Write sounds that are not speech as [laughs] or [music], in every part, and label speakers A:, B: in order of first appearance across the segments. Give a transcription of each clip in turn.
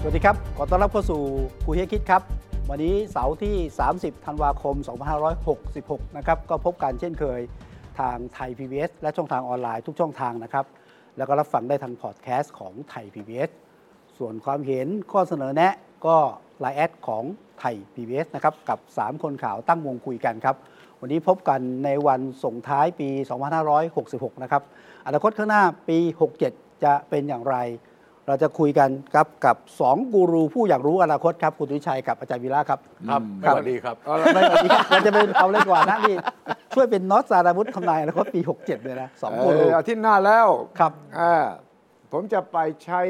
A: สวัสดีครับ ขอต้อนรับเข้าสู่คุยให้คิดครับ วันนี้เสาร์ที่ 30 ธันวาคม 2566 นะครับ ก็พบกันเช่นเคยทางไทย PBS และช่องทางออนไลน์ทุกช่องทางนะครับ แล้วก็รับฟังได้ทางพอดแคสต์ของไทย PBS ส่วนความเห็นข้อเสนอแนะก็ไลน์แอดของไทย PBS นะครับ กับ 3 คนข่าวตั้งวงคุยกันครับ วันนี้พบกันในวันส่งท้ายปี 2566 นะครับ อนาคตข้างหน้าปี 67 จะเป็นอย่างไร เราจะคุยกันครับกับสองกูรูผู้อยากรู้อนาคตครับคุณวิชัยกับอาจารย์วีระครับ
B: ครับ
A: ครั
B: สวัสดีครับ
A: เอาละไม่เอาดีครับเราจะเป็นเอาเล่นก่อนนะนี่ช่วยเป็นน็อตสาราวุธทำนายอนาคตปี 67 เลยนะสองกูรู
B: เอาทิตย์หน้าแล้ว
A: ครับ
B: อ่าผมจะไปใช้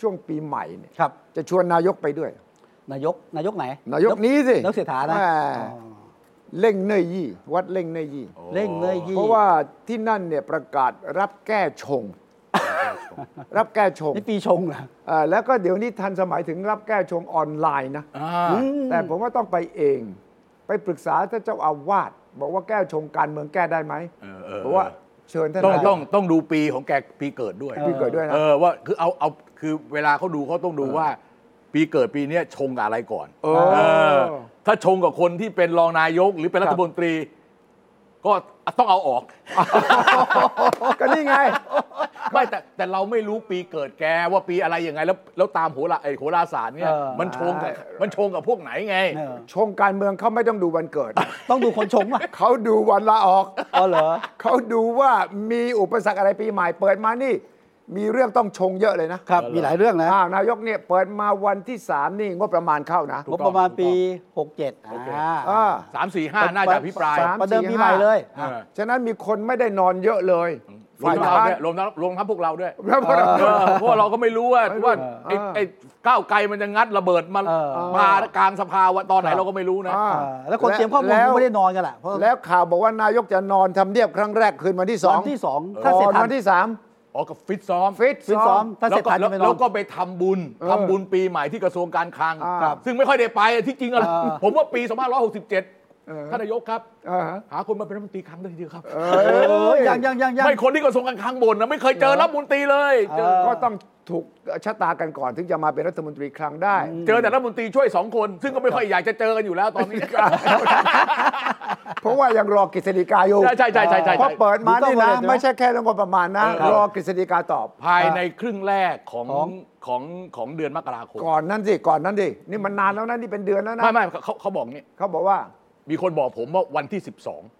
B: ช่วงปีใหม่เนี่ย
A: ครับ
B: จะชวนนายกไปด้วย
A: นายกนายกไหน
B: นายกนี้สิ
A: นายกเศรษฐานะ
B: แม่
A: อ๋อ
B: เล่งเนยยี่ วัดเล่งเนยยี่
A: เร่งเนยยี่
B: เพราะว่าที่นั่นเนี่ยประกาศรับแก้ชง รับแก้ชง
A: นี่ปีชงเหรอ
B: อ่าแล้วก็เดี๋ยวนี้ทันสมัยถึงรับแก้ชงออนไลน์นะ แต่ผมว่าต้องไปเอง ไปปรึกษาท่านเจ้าอาวาสบอกว่าแก้ชงการเมืองแก้ได้ไหม
C: เออเออ
B: เพราะว่าเชิญท่าน
C: ต้อง
B: นายก
C: ต้องต้องดูปีของแกปีเกิดด้วย
A: เออ
B: ปีเกิดด้วยนะ
C: เออว่าคือเอาเอาคือเวลาเขาดูเขาต้องดูว่า ปีเกิดปีเนี้ยชงกับอะไรก่อน
B: เออ
C: เออ ถ้าชงกับคนที่เป็นรองนายกหรือเป็นรัฐมนตรี ก็ต้องเอาอ
B: [laughs]
C: อก
B: ก็นี่ไง
C: ไม่แต่แต่เราไม่รู้ปีเกิดแกว่าปีอะไรยังไงแล้วแล้วตามโหราไอโหราศาสตร์เนี่ย
A: เออ
C: มันชงกับมันชงกับพวกไหนไง
A: เออ
B: ชงการเมืองเขาไม่ต้องดูวันเกิด [laughs]
A: ต้องดูคนชงป่ะ
B: เขาดูวันลาออก [laughs]
A: อ๋อเหรอ
B: เขาดูว่ามีอุปสรรคอะไรปีใหม่เปิดมานี่ มีเรื่องต้องชงเยอะเลยนะครับ
A: มีหลายเรื่องนะ
B: อ้าวนายกเนี่ยเปิดมาวันที่ 3 นี่งบประมาณเข้านะ
A: งบประมาณปี
C: โอเค
A: 67อ่า
B: อ่า
C: สามสี่ห้าน่าจะอภิปราย
B: สาม
A: ประเดิม
B: สี่
A: ปีใหม่เลย
B: อ่ะฉะนั้นมีคนไม่ได้นอนเยอะเลย
C: รว
B: ฝ่าย
C: มเรา
B: ค้าน
C: ด้วยรวมทั้งรวมทั้งพวกเราด้วย
B: แล้วก็
C: เออเพราะว่าเราก็ไม่รู้ว่า
B: ไม่รู้
C: ว่า
B: เออ
C: ไอ้ไอ้ก้าวไกลมันจะงัดระเบิดมัน
A: เออ
C: มากลางสภาวะตอนไหนเราก็ไม่รู้นะ
B: อ่า
A: อ่าแล้วคนเตรียมข้อมูล
B: แล้ว
A: ก็ไม่ได้นอนกันล่ะเพราะ
B: แล้วข่าวบอกว่านายกจะนอนทำเนียบครั้งแรกคืนวันที่สอง
A: วันที่สองถ้า
B: ก่
A: เสร็จ
B: อน
A: ทัน
B: วันที่สาม
C: อ๋อกับฟิตซ้อม
B: ฟิต
A: ฟิตซ้
B: ซ้
A: อ
B: อ
A: ม
B: ม
A: ถ้าเส
C: แล้
A: ร็จ
C: วก็
A: ทัน
C: แล้
A: จะ
C: ว
A: ไปน
C: แล้
A: อ
C: วน ก็ไปทำบุญ
B: เออ
C: ทำบุญปีใหม่ที่กระทรวงการคลัง
B: อ่าครับ
C: ซึ่งไม่ค่อยได้ไปอ่ะที่จริงอ่ะ
A: เออ
C: ผมว่าปี
B: เออ
C: 2567 ท่านนายกครับ
B: อ่าฮะ
C: หาคนมาเป็นรัฐมนตรีครั้งได้ทีเดียวครับ
B: เอ
A: เออยังยังยังยัง
C: ไม่คนที่กระทรวงการคลังบ่นนะไม่เคยเจอรัฐมนตรีเลยเจอ
A: เออ
B: ก็ต้องถูกชะตากันก่อนถึงจะมาเป็นรัฐมนตรีครั้งได้
C: เจอแต่รัฐมนตรีช่วยสองคน ซึ่งก็ไม่ค่อยอยากจะเจอกันอยู่แล้วตอนนี้
B: เพราะว่ายังรอกฤษฎีกาอยู่
C: ใช่ใช่ใช่ใช่ใช่
B: พอเปิดมา
A: ดู
B: นี่
A: ต้
B: นะ
A: องเปิดใช่ไหม
B: ไม่ใช่แค่เรื่องงบประมาณนะ
C: เออ
B: รอกฤษฎีกาตอบ
C: ภายในครึ่งแรกของ
A: ของ
C: ของของเดือนมกราคม
B: ก่อนนั้นสิก่อนนั้นดินี่มันนานแล้วนะนี่เป็นเดือนแล้วนะ
C: ไม่ไม่เขาเขาบอกนี่
B: เขาบอกว่า
C: มีคนบอกผมว่าวันที่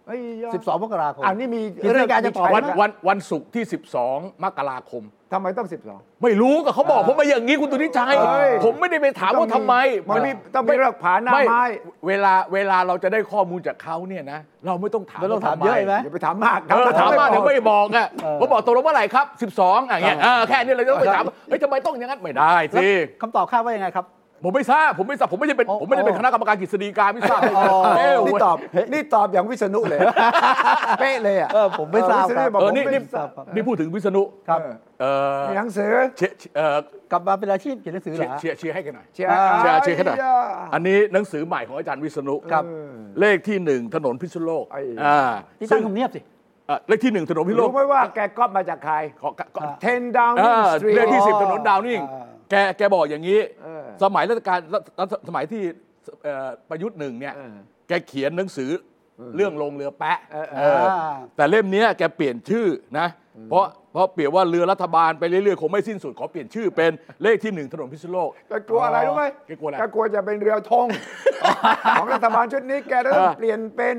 B: เฮ้ย
A: 12มกราคม
B: อันนี้มี
A: กฤษฎีกาจะตอบ
C: 12 วัน
A: ไปนะ
C: วันวันศุกร์ที่ 12 มกราคม
B: ทำไมต้อง 12
C: ไม่รู้ก็เขาบอกผมมาอย่างนี้คุณตุนิชัย
B: เอ้ย
C: ผมไม่ได้ไปถามว่าทำไม
B: มันมีต้องมีเรื่องผาหน้าไม้
C: เวลาเวลาเราจะได้ข้อมูลจากเขาเนี่ยนะ เราไม่ต้องถาม
A: ไม่ต้อง
C: ว่
A: ถามเยอะ
C: ทำ
A: ใช่ไหม
B: อย่าไปถามมาก
C: เออถามมาเดี๋ยวไม่บอกอ่ะ
A: เออ
C: ผมบอกตกลงเมื่อไหร่ครับ 12อ่ะเงี้ยเออแค่นี้เราจะต้องไปถามเฮ้ยทำไมต้องอย่างนั้นไม่ได้สิ
A: คำตอบคาดว่ายังไงครับ
C: ผมไม่ทราบผมไม่ทราบผมไม่ได้เป็น
A: อ๋อ
C: ผมไม่ได้เป็นคณะกรรมการกฤษฎีกาไม่ทราบเออ
B: นี่ตอบนี่ตอบอย่างวิษณุเลย เป๊ะเลยอ่ะ
A: เออผมไม่ทราบค
B: เออซึ่
A: รับ
B: งได้บอก
C: เออนี่
B: ผมไม่
C: นี่
B: ทราบครับ
C: นี่พูดถึงวิษณุ
A: ครับ
B: เออ
C: เออ
B: มีหนังสือ
C: เชียร์เอ่อก
A: ลับมาเป็นอาชีพเขียนหนังสือเหร
C: เชีย
A: อ
C: ร์
A: ฮะ
C: เชียร์เชียร์ให้กันหน่อย
B: เชียร์
C: เชียร์เชียร์ให้หน่อย
B: ไา
C: อันนี้หนังสือใหม่ของอาจารย์วิษณุ
A: ครับ
B: เออ
C: เลขที่หนึ่งถนนพิษณุโลก
B: ไอ้
C: อ่า
A: ที่
C: ซึ่
A: ตั้
C: ง
A: งทำเนียบสิ
C: เอ่อเลขที่หนึ่งถนนพิษณุโลก
B: รู้ไหมว่าแกก๊อปมาจากใคร
C: ขอขอขอ
A: อ่า
B: 10 Downing
C: เออ
B: Street
C: เลขที่สิบถนนดาวนิ่ง
A: อ่า
C: แกแกบอกอย่างนี้
B: เออ
C: สมัยรัชกาลรัรัสมัยที่เอ่อประยุทธ์หนึ่งเนี่ย
B: เออ
C: แกเขียนหนังสือเรื่องลงเรือแปะ
B: เออเอ
C: เอ
B: อ
C: อแต่เล่มเนี้ยแกเปลี่ยนชื่อนะ เพราะเพราะเปลี่ยนว่าเรือรัฐบาลไปเรื่อยๆ คงไม่สิ้นสุด ขอเปลี่ยนชื่อเป็นเลขที่หนึ่งถนนพิษณุโลก
B: แกกลัวอะไรรู้ไหม
C: แกกลัวอะไร
B: แกกลัวจะเป็นเรือธงของรัฐบาลชุดนี้แกจะต้อ
C: เอง อ
B: เปลี่ยนเป็น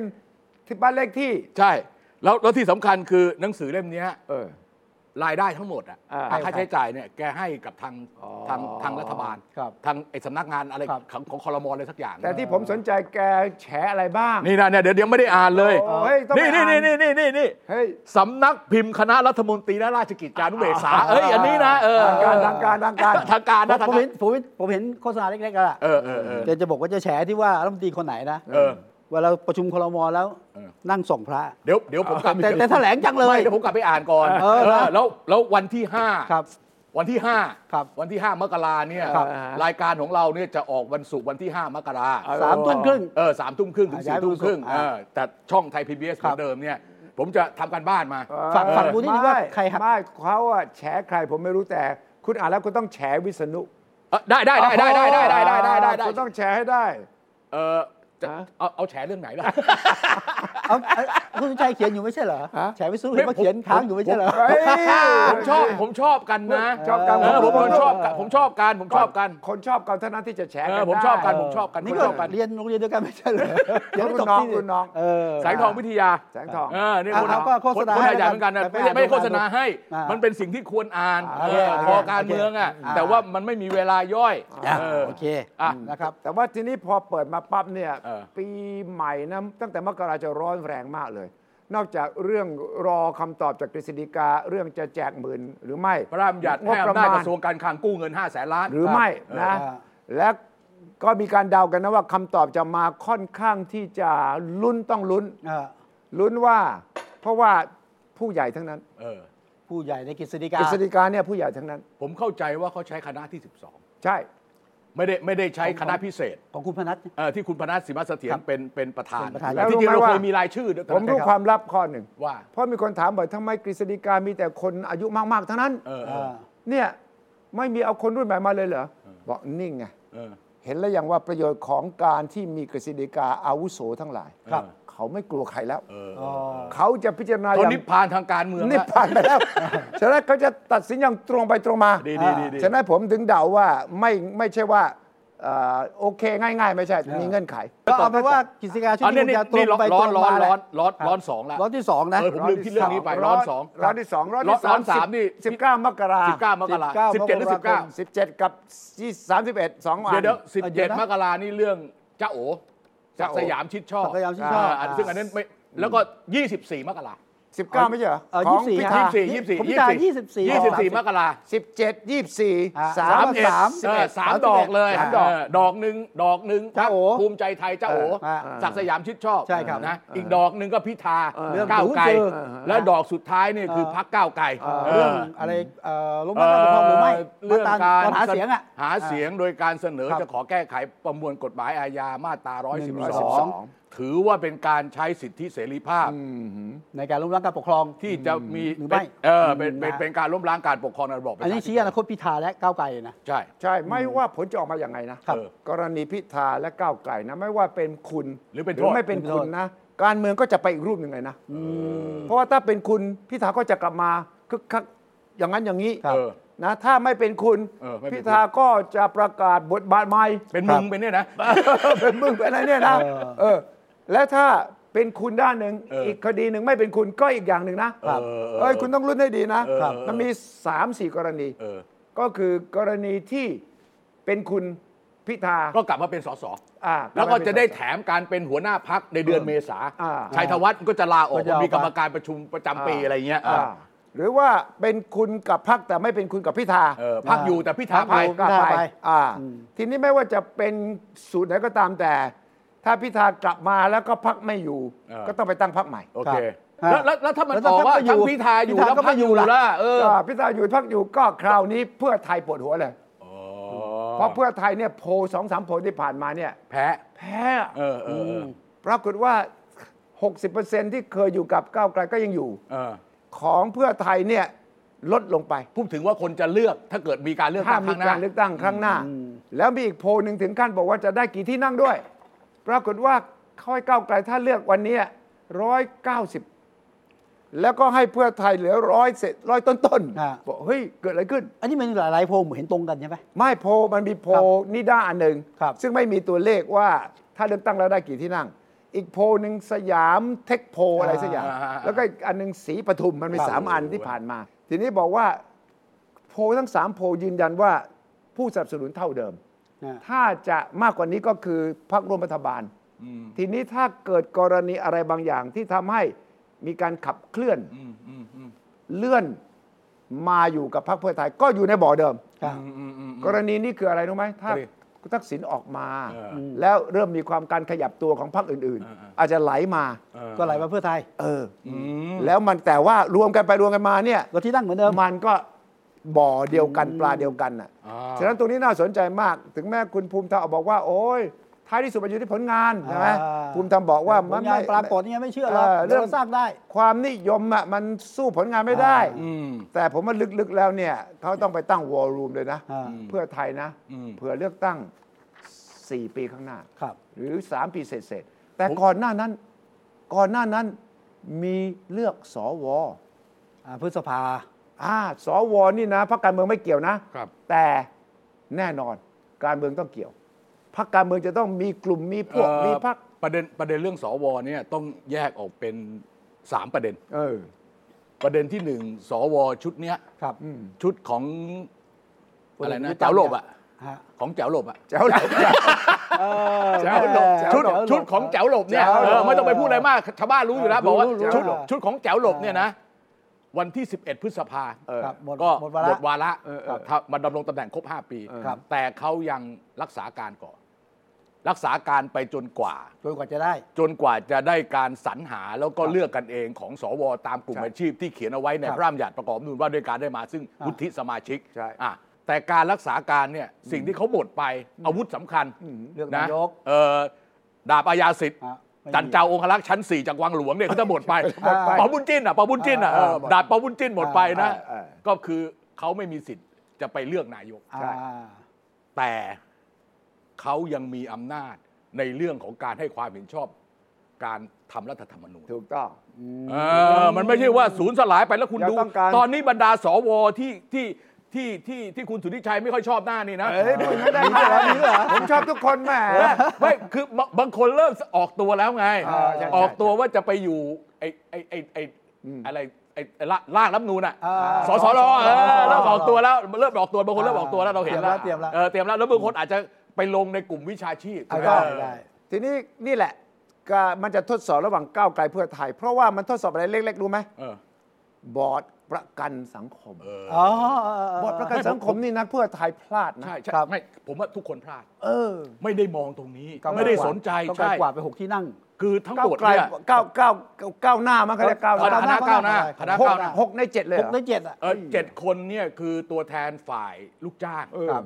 B: ที่บ้านเลขที่
C: ใช่ แล้วแล้วที่สำคัญคือหนังสือเล่มเนี้ย
B: เออ
C: รายได้ทั้งหมดอะ
B: อ่า
C: ค่าใช้จ่ายเนี่ยแกให้กับทางทางทางรัฐบาล
A: ครับ
C: ทางไอ้สำนักงานอะไร
A: ครับ
C: ของของคอรมออะไรสักอย่าง
B: แต่ที่ผมสนใจแกแฉอะไรบ้าง
C: นี่นะเนี่ยเดี๋ยวเดี๋ยวไม่ได้อ่านเลย
B: โอ้ยต้อง
C: นี่
B: ไป
C: นี่
B: อ่าน
C: นี่นี่นี่นี่นี่
B: เฮ้ย
C: สำนักพิมพ์คณะรัฐมนตรีและราชกิจจานุเบกษาเอ้ยอันนี้นะเออ
B: ทางการทางการทางการ
C: ทางการนะ
A: ผ
C: ทาง
A: ม
C: การ
A: เห็นผมเห็นผมเห็นโฆษณาเล็กๆกันละ
C: เออเออเออ
A: เดี๋ยวจะบอกว่าจะแฉที่ว่ารัฐมนตรีคนไหนนะ
C: เออ
A: เวลาประชุมครมแล้ว
C: เออ
A: นั่งส่องพระ
C: เดี๋ยวเดี๋ยวผมกลับ
A: แต่แต่แถลงจังเลย
C: ไม่เดี๋ยวผมกลับไปอ่านก่อน
A: เออครับ
C: แล้วแล้ววันที่ห้า
A: ครับ
C: วันที่
A: ครับ
C: 5 วันที่ 5 มกราเนี่ย
B: ครับ
C: รายการของเราเนี่ยจะออกวันศุกร์วันที่ 5 มกรา
B: เออ
A: สามทุ่มครึ่ง
C: เออสามทุ่มครึ่งถึง
A: ย้าย
C: สี่
A: ไป
C: ทุ่มครึ่ง
A: วันศุกร์
C: เออแต่ช่องไทยพีบีเอสเห
A: ครั
C: มื
A: บ
C: อนเดิมเนี่ย ผมจะทำการบ้านมา
A: ฝั่งฝั่งกูนี่ดีกว่าใครหัก
B: ไม่เขาอะแฉใครผมไม่รู้แต่ คุณอ่านแล้วคุณต้องแฉวิษณุ
C: เออได้ได้ได้ได้ได้ได้ได้ได้ได้ได้
B: คุณต้องแฉให้ได้
C: เออจะ
B: ฮะ
C: เอาเอาแฉเรื่องไหนล่ะ
A: เอาเอาคุณสมชายเขียนอยู่ไม่ใช่เหรอ
B: ฮะ
A: แฉวิสุเห็นว่าเขียนค้างอยู่ไม่ใช่เหรอ
B: เฮ้ย
C: ผมชอบผมชอบกันนะ
B: ชอบกัน
C: เออผมผมชอบกันผมชอบกันผมชอบกัน
B: คนชอบกันเท่านั้นที่จะแฉ
C: เออ
B: กั
C: น ผมชอบกัน
B: ได้
C: ผมชอบกัน
A: นี่
C: ผม
A: ก็
C: ชอบกัน
A: เรียนโรงเรียนเดียวกันไม่ใช่เหรอเดี๋ยวตบที่
B: รุ่นน้องรุ่นน้อง
A: เออ
C: แสงทองวิทยา
B: แสงทอง
C: เออนี่
A: อ่ะ
C: คน
A: เอาก็โฆษณา
C: คน
A: ให้
C: ใหญ่
A: แล้วกัน
C: เหมือนกันนะ
A: ไป
C: ไม่ใช่ไม่ได้
A: อ่าน
C: โฆษณาให้
A: อ่ามั
C: มันเป็นสิ่งที่ควรอ่าน
A: อ่าโอเค
C: เออ
A: โอเค
C: พอการเมืองอ่ะ
A: อ่า
C: แต่ว่ามันไม่มีเวลาย่อย
A: อ่ะ
C: เออ
A: โอเค
C: อ่ะ
A: นะครับ
B: แต่ว่าทีนี้พอเปิดมาปั๊บเนี่ย
C: เออ
B: ปีใหม่นะตั้งแต่มกราจะร้อนแรงมากเลย นอกจากเรื่องรอคำตอบจากกฤษฎีกาเรื่องจะแจกหมื่นหรือไม่
C: พระราชบัญญัติ
B: งบ
C: ให้
B: ประ
C: อำนาจ
B: มาก ณ
C: ระทรวงการคลังกู้เงิน 5 แสนล้าน
B: หรือไม่นะ
A: เออ
B: และก็มีการเดากันนะว่าคำตอบจะมาค่อนข้างที่จะลุ้นต้องลุ้น
A: เออ
B: ลุ้นว่า เพราะว่าผู้ใหญ่ทั้งนั้น
C: เออ
A: ผู้ใหญ่ในกฤษฎีกาก
B: ฤษฎีกาเนี่ยผู้ใหญ่ทั้งนั้น
C: ผมเข้าใจว่าเขาใช้คณะที่
B: ใช่
C: 12 ไม่ได้ไม่ได้ใช้คณะพิเศษ
A: ของคุณพนัท
C: เอ่อที่คุณพนัสสิมาเสถียร
A: ครับ
C: เป็นเป็นประธาน
A: เป็นประธาน
C: แล้วที่จริงเราเคยมีรายชื่อด้วย
B: ผมรู้
C: แต่
B: ความลับข้อหนึ่ง
C: ว่า
B: เพราะมีคนถามบ่อยทำไมกฤษฎีกามีแต่คนอายุมากๆทั้งนั้น
C: เออ
A: เอ
C: เออ
A: อ
B: เนี่ยไม่มีเอาคนรุ่นใหม่มาเลยเหรอบอกนิ่งไง
C: เออ
B: เห็นแล้วอย่างว่าประโยชน์ของการที่มีกฤษฎีกาอาวุโสทั้งหลาย
A: ครับ
B: เขาไม่กลัวใครแล้ว
C: เออ
A: อ๋อ
B: เขาจะพิจารณาอ
C: เขา
B: ย่าง
C: นิพพานทางการเมือง
B: นิพพานไป
C: [laughs]
B: แล้วฉะนั้นเขาจะตัดสินอย่างตรงไปตรงมา
C: ดีดีดีดี
B: ฉะนั้นผมถึงเดาว่าไม่ไม่ใช่ว่าเอ่อโอเคง่ายๆ ไม่ใช่มีเงื่อนไข
A: ก็เอาเป็นว่ากฤษฎีกาช่ว
C: อั
A: ย
C: น
A: ที่
C: นี้นี่
A: จะตร
C: นี่
A: ง
C: ร้อน
A: ไป
C: ร้
A: ต
C: อ
A: ร
C: น
A: ง
C: ร้อ
A: มาแหละ
C: นร้อนร้อนสองแล้ว
A: ร้อนที่สองนะ
C: เออผมลืมที่เรื่องนี้ไปร้อนสอง
B: ร้อนที่สองร้อนที่สา
C: ร้
B: ม
C: อนสามนี่
B: สิบเก้ามกรา
C: สิบเก้ามกรา
A: 19
C: สิบเจ็ดหรือ
A: ม
C: สิบ
A: กรา
C: เก้า
A: คม
B: สิบเจ็ดกับสามสิบเอ็ดสองวัน
C: เดี๋ยวเดี๋ยวสิบ
A: เออเดี๋
C: เจ็
A: ย
C: ด
A: วนะ
C: มกรานี่เรื่องจ้าโอ
B: จ๊ะ
C: จาก
B: โอ๋
C: สยามชิดชอบ
A: ศักดิ์สยามชิดชอบ
C: าซึ่งอันนั้นไม่แล้วก็ 24 มกรา
B: สิบเก้าไม่ใช่เหรอ
A: เออ
B: ของ
A: 24
B: พิ
A: ครั
B: ธา
A: บ
C: 24 24
A: ผมพิจารณา24
C: 24 มกรา
B: สิบเจ็ดยี่สี่
A: อ่ะ
B: สา
C: สาม มเอ็ด
B: สาม
C: เออสามดอกเลย
A: สามดอก
C: เดอกหนึ่งดอกหนึ่ง
A: จ๊ะโอ๋
C: ภูมิใจไทยจ้าโอ
A: เออ
C: ศักดิ์สยามชิดชอบ
A: ใช่ครับ
C: นะอีกดอกหนึ่งก็พิธา
A: เรื่อง
C: ก้าวไกล
A: หนูเจอ
C: แล้วดอกสุดท้ายนี่คือ
A: เออ
C: พักก้าวไกลเอ
A: เรื่อง
C: อ
A: อะไรเอ่อล้มล้างการปกครองหรือไม่
C: เรื่อง
A: มต
C: การ
A: ตอนหาเสียงอ่ะ
C: หาเสียงโดยการเสนอ
A: ครับ
C: จะขอแก้ไขประมวลกฎหมายอาญามาตรา 112
A: 112
C: ถือว่าเป็นการใช้สิทธิเสรีภาพ
A: ในการล้มล้างการปกครอง
C: ที่จะมี
A: หรือไม่
C: เออเป็นเป็น
A: นะ
C: เป็นการล้มล้างการปกครองในระบอบประ
A: อัน
C: ชา
A: นี้
C: ธิ
A: ชี้
C: ป
A: อนา
C: ไตย
A: คตพิธาและก้าวไกลนะ
C: ใช่
B: ใช่ ไม่ว่าผลจะออกมาอย่างไงนะ
A: ครับ
B: กรณีพิธาและก้าวไก่นะ ไม่ว่าเป็นคุณ
C: หรือเป็นโทษ
B: ไม่เป็น
A: เป็นโท
B: คุ
A: ษ
B: ณนะ การเมืองก็จะไปอีกรูปหนึ่งเลยนะ เพราะว่าถ้าเป็นคุณพิธาก็จะกลับมาคึกคักอย่างนั้นอย่างนี้
C: เออ
B: นะถ้าไม่เป็นคุณ
C: เออไม่เป็นคุณ
B: พิธาก็จะประกาศบทบาทใหม่
C: เป็นมึงเป็น
A: [laughs]
C: เนี่ยนะ
B: เป็นมึงเป็นอะไรเนี่ยนะ
A: เออ
B: เออ และถ้าเป็นคุณด้านหนึ่ง
C: เอออี
B: อีกคดีหนึ่งไม่เป็นคุณก็อีกอย่างหนึ่งนะครับ
C: เออ
B: เอ้ยคุณต้องรุ่นให้ดีนะครับ มันมีสามสี่กรณี
C: เออ
B: ก็คือกรณีที่เป็นคุณพิธา
C: ก็กลับมาเป็นสส
B: อ่า
C: แล้วก็จะได้แถมการเป็นหัวหน้าพักในเดือนเมษา
B: อ่า
C: ชัยธวัฒน์ก็จะลาออก
A: ก็จะเอามี
C: มีกรรมการประชุมประจำปีอะไรเงี้ยเอ
B: อ่า
C: อ
B: หรือว่าเป็นคุณกับพรรคแต่ไม่เป็นคุณกับพิธา
C: เออพักอยู่แต่พิธาไป
B: อยู่กลับ
A: พิธา
B: ไป
A: ไป
B: อ่า
A: อืม
B: ทีนี้ไม่ว่าจะเป็นสูตรไหนก็ตามแต่ ถ้าพิธากลับมาแล้วก็พรรคไม่อยู่
C: เออ
B: ก็ต้องไปตั้งพรรคใหม่
C: โอเค
A: ครับ
C: แล้วแล้วแล้วถ้ามัน
A: แล้ว
C: บ
A: ถ้า
C: อกว่า
A: พรรคไม่อยู่
C: ทั้งพิธาอยู่
A: พิธา
C: แล้ว
A: ก็
C: พ
A: ไม่
C: รรคอ
A: อยู่
C: ยู่
A: ล่ะ
C: ล่ะเออ
B: ก็พิธาอยู่พักอยู่ก็คราวนี้เพื่อไทยปวดหัวเลย เพราะเพื่อไทยเนี่ยโพลสองสามโพลที่ผ่านมาเนี่ย
C: แพ้
B: แพ้
C: เออเออเออ
B: ปรากฏว่า 60%ที่เคยอยู่กับก้าวไกลก็ยังอยู่
C: เออ
B: ของเพื่อไทยเนี่ยลดลงไป
C: พูดถึงว่าคนจะเลือกถ้าเกิดมีการเลือก
B: ถ้า
C: ตั้งข้า
B: มี
C: งห
B: กา
C: น้าร
B: เลือกตั้งครั้งหน้า แล้วมีอีกโพลหนึ่งถึงขั้นบอกว่าจะได้กี่ที่นั่งด้วย ปรากฏว่าค่อยก้าวไกลถ้าเลือกวันเนี้ร้อยเก้าสิบแล้วก็ให้เพื่อไทยเหลือร้อยเศษร้อยต้น
A: อ่า
B: ๆบอกเฮ้ยเกิดอะไรขึ้น
A: อันนี้มันหลายๆโพลเห็นตรงกันใช่ไหม
B: ไม่โพลมันมีโพลนิด้าอันหนึ่ง
A: ครับ
B: ซึ่งไม่มีตัวเลขว่าถ้าเลือกตั้งแล้วได้กี่ที่นั่ง อีกโพลหนึ่งสยามเทคโพลอะไรสักอย่าง
C: อ่า
B: แล้วก็อีกอันหนึ่งสีปทุมมันมี
A: ครับ
B: สามอันที่ผ่านมา ทีนี้บอกว่าโพลทั้งสามโพลยืนยันว่าผู้สนับสนุนเท่าเดิม
A: นะ
B: ถ้าจะมากกว่านี้ก็คือพรรคร่วมรัฐบาล
C: อืม
B: ทีนี้ถ้าเกิดกรณีอะไรบางอย่างที่ทำให้มีการขับเคลื่อน
C: อืมอืมอืม
B: เลื่อนมาอยู่กับพรรคเพื่อไทย ก็อยู่ในบ่อเดิม
A: ครับ
C: อืมอืมอืม
B: กรณีนี้คืออะไรรู้ไหมถ้า
C: อะไร
B: คุณทักษิณออกมา
C: เออ
B: แล้วเริ่มมีความการขยับตัวของพรรคอื่น
C: เออเออ
B: ๆ อาจจะไหลมา
C: เออ
A: ก็ไหลมาเพื่อไทย
B: เอออ
C: อืม
B: แล้วมันแต่ว่ารวมกันไปรวมกันมาเนี่ย
A: ก็ที่นั่งเหมือนเดิม
B: มันก็บ่อเดียวกันปลาเดียวกันน่ะ
C: อ่า
B: ฉะนั้นตรงนี้น่าสนใจมาก ถึงแม้คุณภูมิธรรมออกบอกว่า โอ้ยท้ายที่สุดมันอยู่ที่ผลงานใช่ไหม
A: อ่า
B: ภูมิธรรมบอกว่า
A: ผ
B: มั
A: ล
B: น
A: งาน
B: ไม่
A: ปรากฏเนี่ยไม่เชื่อหรอก
B: เออเรื่
A: เรื่
B: อ
A: อง งสร้างได้
B: ความนิยมอ่ะมันสู้ผลงานไม่ได้
A: อ่า
C: อืม
B: แต่ผมว่าลึกๆแล้วเนี่ยเขาต้องไปตั้งวอลลุ่มเลยนะ
A: อ่า
C: อืม
B: เพื่อไทยนะ
C: อืม
B: เผื่อเลือกตั้ง 4 ปีข้างหน้า
A: ครับ
B: หรือ 3 ปีเสร็จๆแต่ก่อนหน้านั้น ก่อนหน้านั้นมีเลือกสว
A: อ่าพฤษภา
B: อ่าสวนี่นะพรรคการเมืองไม่เกี่ยวนะ
C: ครับ
B: แต่แน่นอนการเมืองต้องเกี่ยวพรรคการเมืองจะต้องมีกลุ่มมีพวก
C: เอ่อ
B: มีพรรค
C: ประเด็นประเด็นเรื่องสวเนี่ยต้องแยกออกเป็น 3 ประเด็น
B: เออ
C: ประเด็นที่ 1 สวชุดเนี้ย
A: ครับ
B: อืม
C: ชุดของ
A: พล
C: อะไร
A: เกป
C: นะ
A: ยุทธ์
C: แจ๋วหลบอ่ะ
A: ฮะ
C: ของแจ๋วหลบอ่ะ
B: แจ๋วเหลา
A: เออ
B: แจ๋วหลบแจ๋ว
C: ชุด
B: หลบ
C: ชุดของแจ๋วหลบเนี่ย
A: แจ๋วหลบ
C: เออไม่ต้องไปพูดอะไรมากชาวบ้านรู้อยู่แล้ว
A: รู้
C: บอกว่า
A: รู้
C: ชุด
A: รู้หรอ
C: ชุดของแจ๋วหลบเนี่ยนะ วันที่ 11 พฤษภา
B: เออ
A: ครับหมด
C: ก็
A: หมดวา
C: หม
A: ระ
C: ดวาระ
B: เออเออ
C: ถ้ามาดำรงตำแหน่งครบ 5 ปี
B: เออ
A: ครับ
C: แต่เขายังรักษาการก่อน รักษาการไปจนกว่า
A: จนกว่าจะได้
C: จนกว่าจะได้การสรรหาแล้วก็เลือกกันเองของสวตามกลุ่ม
B: ใช่
C: อาชีพที่เขียนเอาไว้ใน
A: ครับ
C: พระราชบัญญัติประกอบรัฐธรรมนูนว่าด้วยการได้มาซึ่งวุฒิสมาชิก
B: ใช่
C: อ่ะแต่การรักษาการเนี่ยสิ่งที่เขาบดไปอาวุธสำคัญ
A: เลือกนายก
C: เอ่อดาบอาญาสิทธิ์
A: ฮะไม่มี
C: จันเจ้าองคลักษ์ชั้น 4 จากวังหลวงเนี่ยเขาจะหมดไป
A: หมดไป
C: ปอบุญจิ้นอ่ะปอบุญจิ้นอ่ะ
A: อ่า
C: เออดาบปอบุญจิ้นหมดไปนะ
B: อ่าอ่า
C: ก็คือเขาไม่มีสิทธิ์จะไปเลือกนายก
A: อ่า
C: แต่เขายังมีอำนาจในเรื่องของการให้ความเห็นชอบการทำรัฐธรรมนูญ
B: ถูกต้อง
C: เออมันไม่ใช่ว่าศูนย์สลายไปแล้วคุณ
B: ยัง
C: ดู
B: ต้องการ
C: ตอนนี้บรรดาสวที่ที่ที่ที่ที่คุณสุทธิชัยไม่ค่อยชอบหน้านี่นะ
B: เอ้ยพูดไม่ได้นะ
A: มีด้วยเหรอ
B: ผมชอบทุกคนแหม
C: นะไม่คือบางบางคนเริ่มออกตัวแล้วไง
B: อ่าใช่ใช่
C: ออกตัวว่าจะไปอยู่ไอ้ไอ้ไอ้ไอ้
B: อืม
C: อะไรไอ้ไอ้ร่างร่างรัฐธรรมนูนอ่ะ
A: อ่า
C: สสรเออเริ่มออกตัว
A: แล้ว
C: แล้วเริ่มออกตัวบางคนเริ่มออกตัวแล้วเราเห็นแล้ว
A: เตรียมแล้วเตรียมแล้ว
C: ออเตรียมแล้วแล้วบางคนอาจจะไปลงในกลุ่มวิชาชีพ
A: ได้
C: เออ
A: ได้
B: ทีนี้นี่แหละก็มันจะทดสอบระหว่างก้าวไกลเพื่อไทย เพราะว่ามันทดสอบอะไรเล็กๆรู้ไหม
C: เออบ
B: อร์ดประกันสังคม
A: อ๋อบ
B: อร์ดประกันสังคมนี่นะเพื่อไทยพลาดนะ
C: ใช่ใช่ไม่ผมว่าทุกคนพลาด
A: เออ
C: ไม่ได้มองตรงนี้ ไม่ได้สนใจ
A: ต้องกา
C: ใช่
A: รกวาดไปหกที่นั่ง
C: คือทั้ง
B: ก้า
C: ห
B: ว
C: มด
B: ไกล
C: เนี่ย
B: ก้าวก้าวก้าวหน้ามั้งเขาเรียกก้าวห
C: ค
B: น้า
C: ณะคณะก้าวหน้าคณะ
B: หก
C: ก้าวหน้า
B: หกในเจ็ดเลย
A: ห
B: เหร
A: ก
B: อ
A: ในเจ็ดอ่ะ
C: เออเจ็ดคนเนี่ยคือตัวแทนฝ่ายลูกจ้าง
B: เออครับ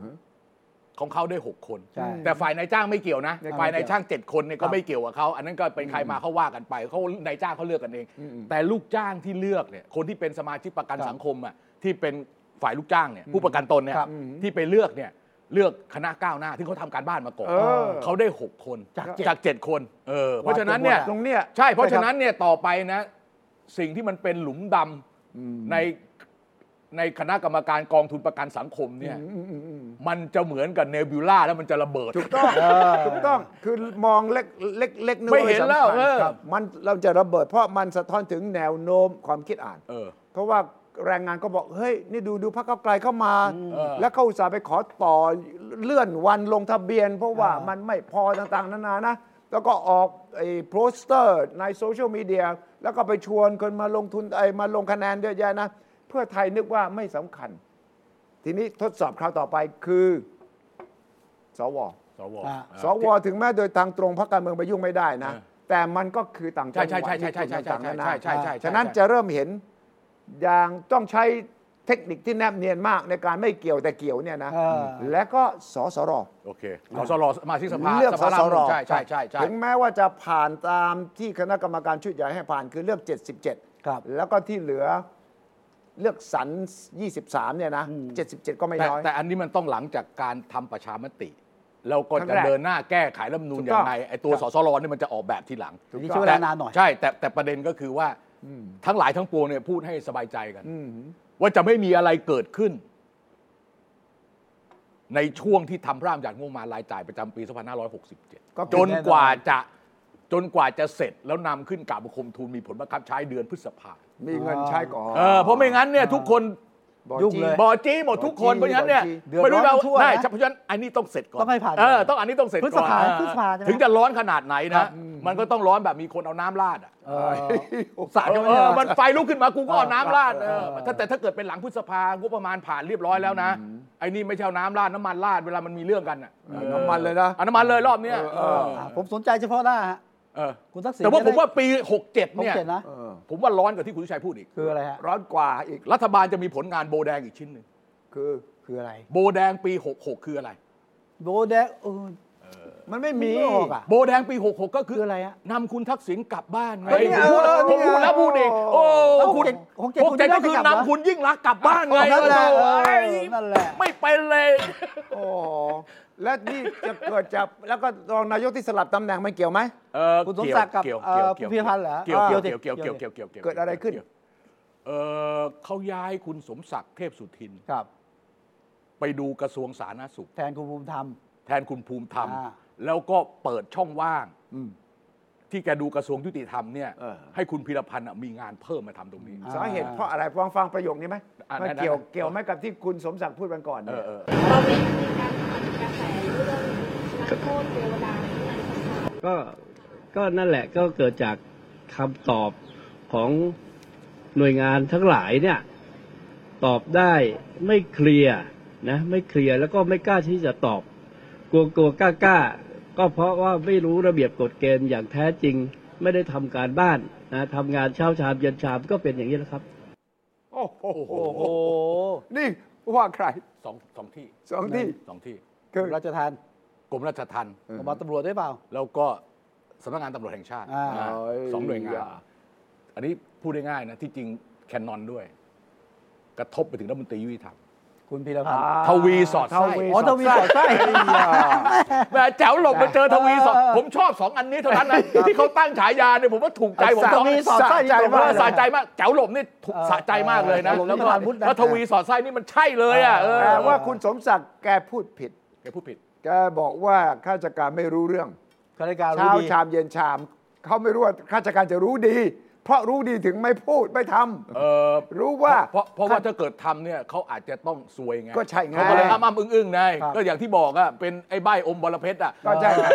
C: ของเขาได้หกคน
A: ใช่
C: แต่ฝ่ายนายจ้างไม่เกี่ยวนะ
A: ไม่เกี่ยว
C: ฝ่ายนายจ้างเจ็ดคนเนี่ย
A: ครั
C: ก็
A: บ
C: ไม่เกี่ยวกับเขาอันนั้นก็เป็นใครมาเขาว่ากันไปเขานายจ้างเขาเลือกกันเอง แต่ลูกจ้างที่เลือกเนี่ยคนที่เป็นสมาชิกประกันสังคมอ่ะที่เป็นฝ่ายลูกจ้างเนี่ยผู้ประกันตนเนี่ย
A: ครับ
C: ที่ไปเลือกเนี่ยเลือกคณะก้าวหน้าที่เขาทำการบ้านมาก่อน
B: เออ
C: เขาได้ 6 คน
A: จากเจ็ด
C: จากเจ็ดคนเออเพราะฉะนั้นเนี่ย
A: ว่าจะหมดอะ
B: ตรงเนี้ย
C: ใช่เพราะฉะนั้นเนี่ยต่อไปนะ สิ่งที่มันเป็นหลุมดำในในคณะกรรมการกองทุนประกันสังคมเนี่ยมันจะเหมือนกับเนบิวล่าแล้วมันจะระเบิด
B: ถูกต้อง
A: เออ
B: ถูกต้องคือมองเล็กเล็กเล็กก
C: ไม่เห็นแล้ว
B: สำคัญ
C: เออ
B: ครับมันเราจะระเบิด เพราะมันสะท้อนถึงแนวโน้มความคิดอ่าน
C: เออ
B: เพราะว่าแรงงานก็บอก เฮ้ย นี่ดูดูพรรคเก้าวไกลเข้ามา
C: เออ
B: แล้วเขาอุตส่าห์ไปขอต่อเลื่อนวันลงทะเบียน เพราะว่า
A: เออ
B: มันไม่พอต่างๆ นานานะ แล้วก็ออกไอ้โปสเตอร์ในโซเชียลมีเดียแล้วก็ไปชวนคนมาลงทุนไอ้มาลงคะแนนเยอะแยะนะ เพื่อไทยนึกว่าไม่สำคัญ ทีนี้ทดสอบคราวต่อไปคือสว
C: สว
A: อ่า
C: เออ
B: สวถึงแม้โดยทางตรงพรรคการเมืองไปยุ่งไม่ได้นะ
C: เออ
B: แต่มันก็คือต่างจังหวัด
C: ใช่ใช่ใช่ใช่ใช่ใช่
B: ต่างๆนานา
C: ใช่ใช่ใช่ใช่
B: ฉะนั้น
C: ใช่
B: จะเริ่มเห็นอย่างต้องใช้เทคนิคที่แนบเนียนมากในการไม่เกี่ยวแต่เกี่ยวเนี่ยนะ
A: เออ
B: และก็สสร
C: โอเคสสรสมาชิกสภา
B: เลือก
C: ส
B: ส
C: ภา
B: สร
C: ร่างใช่ใช่ใช่ใช่
B: ถึงแม้ว่าจะผ่านตามที่คณะกรรมการชุดใหญ่ให้ผ่านคือเลือก 77
A: ครับ
B: แล้วก็ที่เหลือเลือกสรร23เนี่ยนะ77 ก็ไม่
C: แต่
B: น้อย
C: แต่อันนี้มันต้องหลังจากการทำประชามติแล้วก็
B: ครั้ง
C: จะ
B: แรก
C: เดินหน้าแก้ไขรัฐธรรมนูญ
B: ถู
C: อย่า
B: กต้อง
C: งไรไอ้ตัว
B: ครับ
C: สสรเนี่ยมันจะออกแบบทีหลัง
B: ถูก
A: นี่
B: ต้
A: ใช้
B: อง
A: เวลานานหน่อย
C: ใช่แต่แต่ประเด็นก็คือว่าทั้งหลายทั้งปวงเนี่ยพูดให้สบายใจกัน ว่าจะไม่มีอะไรเกิดขึ้น ในช่วงที่ทำร่ามจากงบประมาณรายจ่ายประจำปี 2567
B: ก็คือ
C: จนกว่าจะ จนกว่าจะเสร็จแล้วนำขึ้นกราบบังคมทูลมีผลบังคับใช้เดือนพฤษภา
B: มีเงินใช้ก่อน
C: เออเพราะไม่งั้นเนี่ยทุกคน
B: บอ
A: ยุ่ง
B: จี
A: เลย
C: บอจี้หมดทุกคนเพราะฉะนั้นเนี่ย
A: เดือดร้อน
C: ไม่รู้เรา
A: ทั่วนะ
C: ได้เพราะฉะนั้นอันนี้ต้องเสร็จก่อน
A: ต้องให้ผ่าน
C: เออต้องอันนี้ต้องเสร็จก่อน
A: พฤษภา
C: เออ
A: พฤษภาใช่ไหม
C: ถึงจะร้อนขนาดไหนนะมันก็ต้องร้อนแบบมีคนเอาน้ำราดอ่ะ
A: เออสาด
C: เอ
A: ยั
C: อง เอ
A: ไม่ได้
C: อ
A: มั
C: มัน นไฟลุกขึ้นมากูก็เอาน้ำราดเออ
A: เออ
C: ถ้าแต่ถ้าเกิดเป็นหลังพฤษภางบประมาณผ่านเรียบร้อยแล้วนะไอ้นี่ไม่ใช่เอาน้ำราดน้ำมันราดเวลามันมีเรื่องกันอ่ะ
B: เออน้ำมันเลยนะ
C: อาน้ำมันเลยรอบเนี้ยเออ
A: ผมสนใจเฉพาะหน้าฮะ
C: เออ
A: คุณทักษิณ
C: แต่ว่าผมว่าปี 67
A: ผม
C: เนี่ย
A: เขียนนะ
B: เออ
C: ผมว่าร้อนกว่าที่คุณวิชัยพูดอีก
A: คืออะไรฮะ
B: ร้อนกว่าอีก
C: รัฐบาลจะมีผลงานโบแดงอีกชิ้นหนึ่ง
B: คือ
A: คืออะไร
C: โบแดงปี 66 คืออะไร
A: โบแดงเออ
B: มันไม่
A: มี
B: มี
A: ออกอ่ะ
C: โบแดงปี 66 ก็คื
A: คือ ออะไรฮะ
C: นำคุณทักษิณกลับบ้านไง
B: เฮ้ย
C: ผมพูดแล้ว
B: เออ
C: ผมพูดแล้ว
B: เ
C: พูด
B: นี่ย
C: อีกโอ้
A: แล้ว
C: คุณ
A: 67
C: 67ก็คือนำคุณยิ่งรักษณ์กลับบ้านไง
A: นั่นแหละ
C: โอ้
A: เออย นั่นแหละ
C: ไม่เป็นเลย
B: โอ้และนี่จะเกิดจากแล้วก็รองนายกที่สลับตำแหน่งมันเกี่ยวไหม
C: เอ่อ
A: คุณสมศักดิ์กับ
C: เยว
A: เอ่อคุณพีรพันธ์เหรอ
C: เกี่ยว
A: เอ
C: เกี่ย
A: อ
C: วเกี่ยวเกี่ยว
A: เกี่ย
C: เกี่ยว วเกี่ยวยว
B: เกิดอะไรขึ้น
C: เออเขาย้ายคุณสมศักดิ์เทพสุทิน
A: ครับ
C: ไปดูกระทรวงสาธารณสุข
A: แทนคุณภูมิธรรม
C: แทนคุณภูมิธรรม
A: อ่า
C: แล้วก็เปิดช่องว่าง
B: อืม
C: ที่แกดูกระทรวงยุติธรรมเนี่ย
B: เออ
C: ให้คุณพีรพันธ์อะมีงานเพิ่มมาทำตรงนี้
A: อ่า
B: สาเหตุเพราะอะไรฟังฟังประโยคนี้ไหม
C: อ่ะ
B: มัน
C: ได้ได้
B: เกี่ยวเกี่ยวไหมกับที่คุณสมศักดิ์พูดวันก่อน
C: เอ
B: เนี่ย
C: อเออ
D: เราไม่มีการทำกระแสเรื่องนักโทษเทวดาที่ไหนสักครั้ง
E: ก็ก็นั่นแหละก็เกิดจากคำตอบของหน่วยงานทั้งหลายเนี่ย ตอบได้ไม่เคลียร์นะ ไม่เคลียร์แล้วก็ไม่กล้าที่จะตอบ กลัวกลัวกล้ากล้าก็เพราะว่าไม่รู้ระเบียบกฎเกณฑ์อย่างแท้จริง ไม่ได้ทำการบ้านนะทำงานเช้าชามเย็นชามก็เป็นอย่างนี้แหละครับ
B: โอ้โห
A: โอ้โห
B: นี่ว่าใคร
C: สองสองที่
B: สองที่
C: สองที่
B: คือ
A: ราชทาน
C: กรมราชทัณฑ์
A: ออกมาตำรวจด้วยเปล่า
C: แล้วก็สำนักงานตำรวจแห่งชาติ
A: อ่า
C: อ่าสองหน่วยงา
B: เอ้
C: น
B: ย
C: อันนี้พูดได้ง่ายนะที่จริงแคนนอนด้วย กระทบไปถึงรัฐมนตรียุติธรรม
A: คุณพีรพันธ์
C: ทวีสอดไส้
A: อ๋อทวีสอดไส้
C: แหม่แจ๋วหลบมาเจอทวีสอด
A: เออ
C: ผมชอบสองอันนี้เท่านั้นนะที่เขาตั้งฉายาเนี่ยผมว่าถูกใจผม
A: สา
C: สอง
A: มีสอดไส้
B: สะใจ
A: นี่ตรง
B: มาก
A: เลย
C: สะใจมากแจ๋วหลบนี่ถูก
A: เออ
C: สะใจมากเลยนะ
A: เออ
C: แล้วก็
A: ผมว่ามุดนะ
C: แล้วทวีสอดไส้นี่มันใช่เลยอ่ะเออ
B: แต่ว่าคุณสมศักดิ์แกพูดผิด
C: แกพูดผิด
B: แกบอกว่าข้าราชการไม่รู้เรื่อง
A: ข้าราชการรู้
B: เช้า
A: ดี
B: ชามเย็นชาม เขาไม่รู้ว่าข้าราชการจะรู้ดี เพราะรู้ดีถึงไม่พูดไม่ทำ
C: เออ
B: รู้ว่า
C: เพราะเพราะว่าถ้าเกิดทำเนี่ยเขาอาจจะต้องซวยไง
B: ก็ใช่ไง
C: เขาก็เลยอ้ำอ้ำอึ้งอึ้งๆไง
A: ครับ
C: ก็อย่างที่บอกอ่ะเป็นไอ้ใบอมบอระเพ็ดอ่ะ
B: ก็ใช่ไง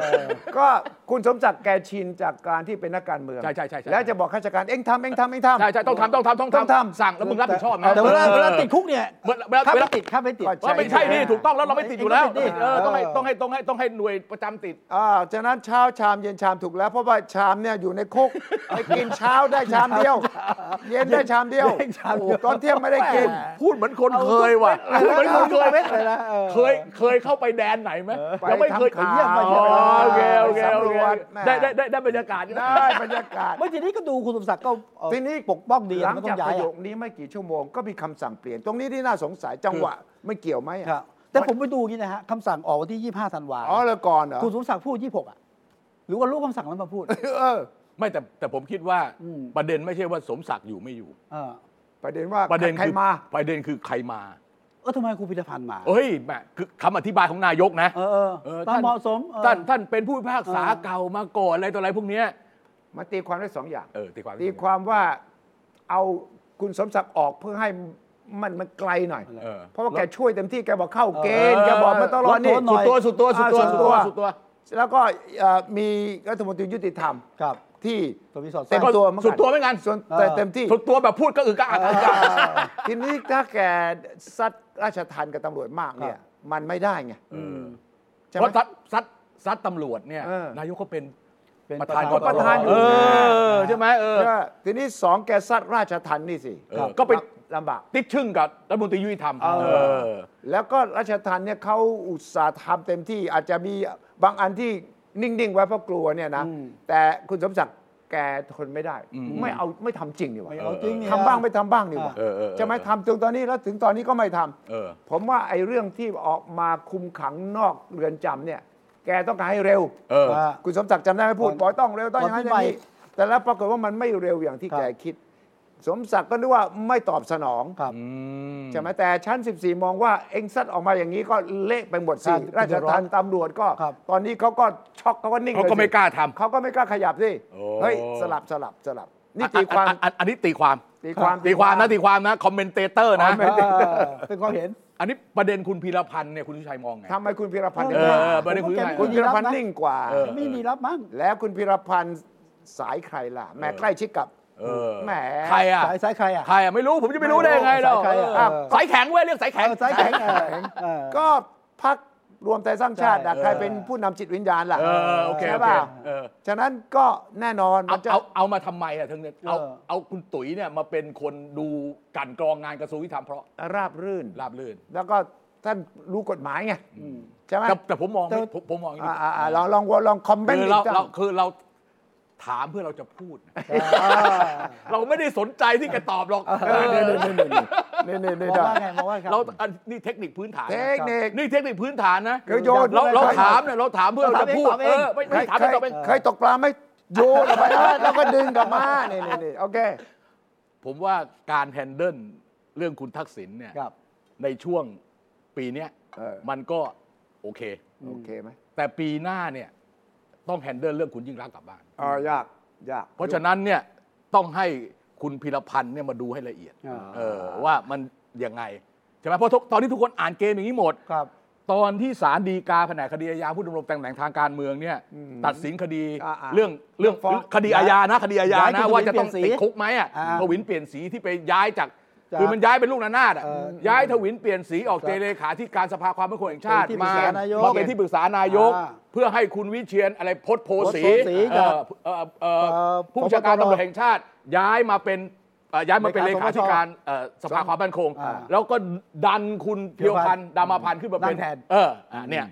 B: ก็คุณสมศักดิ์แกชินจากการที่เป็นนักการเมือง
C: ใช่ใช่ใช่ใช่
B: แล้วจะบอกข้าราชการเอ็งทำเอ็งทำเอ็งทำ
C: ใช่ใช่ต้องทำต้องทำต้อง
B: ต้องทำ
C: ทำสั่งแล้วมึงรับผิดชอบนะ
A: แต่เวลาเวลาติด
C: เ
A: คุกเนี่ย
C: ออเวลา
A: ถ้า
C: เว
A: ไม่
C: ลา
A: ติดถ้าไม่ติด
B: ก็
C: ว่าไม่ใช่นี่ถูกต้องแล้วเราไม่ติดอยู่แล้ว
A: ไม่ติด
C: เออต้องให้ต้องให้ต้องให้ต้องให้หน่วยประจำติด
B: อ่าฉะนั้นเช้าชามเย็นชามถูกแล้ว เพราะว่าชามเนี่ยอยู่ในคุกไปกินเช้าได้ชามเดียว เย็นได้ชามเดียว
A: เย็นชามเดียว
B: โอ้ตอนเที่ยงไม่ได้กิน
C: พูดเหมือนคนเคยว่ะพูดเหมือนคนเคย
A: เม็ดเลยนะออ
C: เคยเคยเข้าไปแดนไหนไหม
B: ไป
C: ยังไม่เคย
B: ทำข่าว
A: เยี่ยมไปเยี่ยมไป
C: อ๋อโอเคโอเคโอเค
B: สำรวจแม่
C: ได้ได้ได้ได้บรรยากาศอยู่นะ
B: ได้บรรยากาศ
A: เมื่อทีนี้ก็ดูคุณสมศักดิ์ก็เอ่อ
B: ทีนี้
A: ปกป้องดี
B: หลั
A: ไม่
B: ง
A: ต้อ
B: จาก
A: งย้าย
B: ประโย
A: อะ
B: คนี้ไม่กี่ชั่วโมงก็มีคำสั่งเปลี่ยน ตรงนี้ที่น่าสงสัยจังหวะไม่เกี่ยวไหมอะ
A: ครับแต่ผมไปดูอย่างนี้นะฮะคำสั่งออกวันที่ 25ธันวา
B: อ๋อแล้วก่อนเหรอ
A: คุณสมศักดิ์พูด 26 อ่ะ หรือว่าลูกคำสั่งนั้นมาพูด
B: เออ
C: ไม่แต่แต่ผมคิดว่า
A: อืม
C: ประเด็นไม่ใช่ว่าสมศักดิ์อยู่ไม่อยู่
A: เออ
B: ประเด็นว่า
C: ประเด็น
B: ใคร
C: คือ
B: มา
C: ประเด็นคือใครมา
A: เออทำไมครูพิธภัณฑ์มา
C: เอ้ยแม่คือคำอธิบายของนายกนะ
A: เออเออ
C: เออ
A: ตาม
C: ท่าน
A: เหมาะสมเออ
C: ท่านท่านเป็นผู้พิพากษา
A: เออ
C: เก่ามาก่อนอะไรต่ออะไรพวกเนี้ย
B: มาตีความได้สองอย่าง
C: เออตีความ
B: ตีความว่าเอาคุณสมศักดิ์ออกเพื่อให้มันมันไกลหน่อย
C: เออ
B: เพราะว่าแกช่วยเต็มที่แกบอกเข้าเกณฑ์
C: เ
B: แกบอกมาตลอดนี่
A: ลดโทษหน่
C: สุ
A: อ
C: ด
A: ย
C: ตัวสุดตัวสุดตัว
B: อ่าสุ
C: สุดตัว วสุด
B: ดตั
C: ตัว
B: แล้วก็เอ่อมีรัฐมนตรียุติธรรม
A: ครับ
B: ที่
A: ตัวพี่สอด
B: เต็
A: ไส้
B: มตัวเหมือนกัน
C: สุดตัวเหมือนกัน
B: ส่วนแต่
A: เออ
B: เต็มที่
C: สุดตัวแบบพูดก็อึกกระอักอึกกระอัก
B: ทีนี้ถ้าแกซัดราชทันกับตำรวจมากเนี่ย มันไม่ได้ไงใช่ไห
C: เพ
B: ม
C: ราะซัดซัดซัดตำรวจเนี่ย
B: เออ
C: นายกก็เป็น
A: เป็น
C: ประธาน
A: ก
B: ประธานอยู่
C: เออใช่ไหมเออ
B: ก็ทีนี้สองแกซัดราชทันนี่สิ
C: เออก็ไป
B: ลำบาก
C: ติดชึ่งกับรัฐมนตรียุติธรรม
B: เออ
C: เออ
B: แล้วก็ราชทันเนี่ยเขาอุตสาห์ทำเต็มที่อาจจะมีบางอันที่นิ่ง ๆ ไว้เพราะกลัวเนี่ยนะ
A: อืม
B: แต่คุณสมศักดิ์แกทนไม่ได้ ไม่เอาไม่ทำจริงนี่หว่า
A: ไม่เอาจริงเนี่ย
B: ทำบ้างไม่ทำบ้างนี่หว่า
C: เออเออเออ
B: ใช่ไหมทำจนตอนนี้แล้วถึงตอนนี้ก็ไม่ทำ
C: เออ
B: ผมว่าไอ้เรื่องที่ออกมาคุมขังนอกเรือนจำเนี่ย แกต้องการให้เร็ว
C: เออ
A: ว่า
B: คุณสมศักดิ์จำได้ไหมพูด
A: ตอน
B: บอกต้องเร็วต้องอย่างนั้น
A: ตอ
B: อ
A: น
B: ย่าง
A: ปี
B: นี้
A: ใหม่
B: แต่แล้วปรากฏว่ามันไม่เร็วอย่างที่
A: ครับ
B: แกคิด สมศักดิ์ก็นึกว่าไม่ตอบสนอง
A: ครับ
C: อืม
B: ใช่ไหมแต่ชั้น 14 มองว่าเอ็งซัดออกมาอย่างนี้ก็เละไปหมดสิ
A: ครับ
B: ราช
A: เดื
B: ทัณ
A: อดร้อ
B: ฑ์
A: น
B: ตำรวจก็
A: ครับ
B: ตอนนี้เขาก็ช็อกเขาก็นิ่ง
C: เขาก็
B: ยสิ
C: ไม่กล้าทำ
B: เขาก็ไม่กล้าขยับสิ
C: โอ้
B: เฮ้ยสลับสลับสลับนี่ตีความ
C: อันอันอันนี้ตีความ
B: ตีความ
C: ตีความนะตีความนะคอมเมนเตเตอร์นะ
B: คอมเมน
A: าเป็นความเห็น
C: อันนี้ประเด็นคุณพีรพันธ์เนี่ยคุณสุชัยมองไง
B: ทำไมคุณพิรพันธ์
C: เออ
B: ถึงกล้า
C: ประเด็นคุณพิรพันธ์
B: คุณพิรพันธ์นิ่งกว่า
C: เออ
A: ไม่มีรับมั้ง
B: แล้วคุณพิรพันธ์สายใครล่ะแหม่ใกล้ชิดกับ
C: เออ
B: แหม
C: ใครอ่ะ
A: สายสายใครอ่ะ
C: ใครอ่ะไม่รู้ผมจะไปรู้ได้ยังไงเรา
A: สายใครอ่ะ
C: เออสายแข็งเว้ยเรียกสายแข็ง
A: เออสายแข็งเออเออ
B: ก็พักรวมไทยสร้างชาตินะ
C: ใช่
B: ใคร
C: เออ
B: เป็นผู้นำจิตวิญญาณล่ะ
C: เออโอเคโอ
B: ใช่
C: เค
B: ป่ะ
C: เออ
B: ฉะนั้นก็แน่นอน
C: เอา
B: มันจะ
C: เอาเอามาทำไมอ่ะทั้งเนี่ยเอา
A: เออ
C: เอาคุณตุ๋ยเนี่ยมาเป็นคนดูกลันกรองงานกระทรวงยุติธรรมเพราะ
B: ราบรื่น
C: ราบรื่น
B: แล้วก็ท่านรู้กฎหมายไงใช่ไหม
C: แต่แต่ผมมองไม่
A: แต่
C: ผมผมมองอย่างนี้
B: อ่าอ่าอ่าลองลองลองคอมเมน
C: คื
B: ต์
C: อ
B: อี
C: เรา
B: กจ้ะ
C: เราคือเราถามเพื่อเราจะพูดนะ
A: อ่า
C: เราไม่ได้สนใจที่จะตอบหรอก
B: เออเนี่ยเนี่ยเนี่ยเนี่ย
A: ม
B: เนี่
A: อย ง
B: เนี่ย
A: ว่าไงมองว่าไงครับ
C: เราอันนี่เทคนิคพื้นฐาน
B: เท
C: นะ
B: คนิค
C: นี่เทคนิคพื้นฐานนะ
B: คือโยน
C: เราเราถามเนี่ยเราถามเพื่อเราจะพูด
A: ตอบเอ
C: เอง อไม่ไม่ถามไม่ตอบเอง
B: เคยตกปลาไม่โยนออก
C: [laughs]
B: ไปแล้วแล้วก็ดึงกลับมาเนี่ยเนี่ยเนี่ยโอเค
C: ผมว่าการแฮนเดิลเรื่องคุณทักษิณเนี่ย
A: ครับ
C: ในช่วงปีเนี้ย
B: เออ
C: มันก็โอเค
B: โอเคไหม
C: แต่ปีหน้าเนี่ยต้องแฮนเดิลเรื่องคุณยิ่งรักษณ์กลับบ้าน
B: อ๋อยากยาก
C: เพราะฉะนั้นเนี่ยต้องให้คุณพิรพันธ์เนี่ยมาดูให้ละเอียด
A: อ่า
C: เออว่ามันยังไงใช่ไหมเพราะทุกตอนนี้ทุกคนอ่านเกมอย่างนี้หมด
A: ครับ
C: ตอนที่ศาลฎีกาแผนกคดีอาญาผู้ดำรงตำแหน่งทางการเมืองเนี่ย
B: อืม
C: ตัดสินคดี
B: อ่าๆ
C: เรื่องเรื่อง
B: ฟ้อง
C: คดีอาญานะคดีอาญา
A: ย้าย
C: นะ
A: คุณ
C: ว่าจะต้อง
A: ทวินเปลี่
C: ติด
A: ยนสี
C: คุกไหมอ่ะ
A: อ่า
C: ทวินเปลี่ยนสีที่ไปย้ายจาก
A: จาก
C: คือมันย้ายเป็นลูกนานาดอะ
A: เออ
C: ย้ายทวินเปลี่ยนสีออ
A: ค
C: ก
A: รับ
C: เจเลขาที่การสภาความมั่นคงแห่งชาติ
A: เป็นที่ปรึ
C: มาก
A: ษานายก
C: มาเป็นที่ปรึกษานายก
A: อ่า
C: เพื่อให้คุณวิเชียนอะไรพจน์โพสี
A: พจน์โพสี
C: เอ่อ
A: กับ
C: เอ่อเอ่อ
A: เอ่อ
C: ผู้บัญชาการ
A: พบตร
C: ตำรวจแห่งชาติ ย้ายมาเป็นเอ่อย้ายมาเป็นเล
A: เล
C: ขา
A: ขา
C: ธิการเอ่อสภาความมั่นคง
A: อ่า
C: แล้วก็ดันคุณเพียวพันธ์ดามาพันธ์ขึ้นมา
A: นั่งแทน
C: เอออ่ะเนี่ย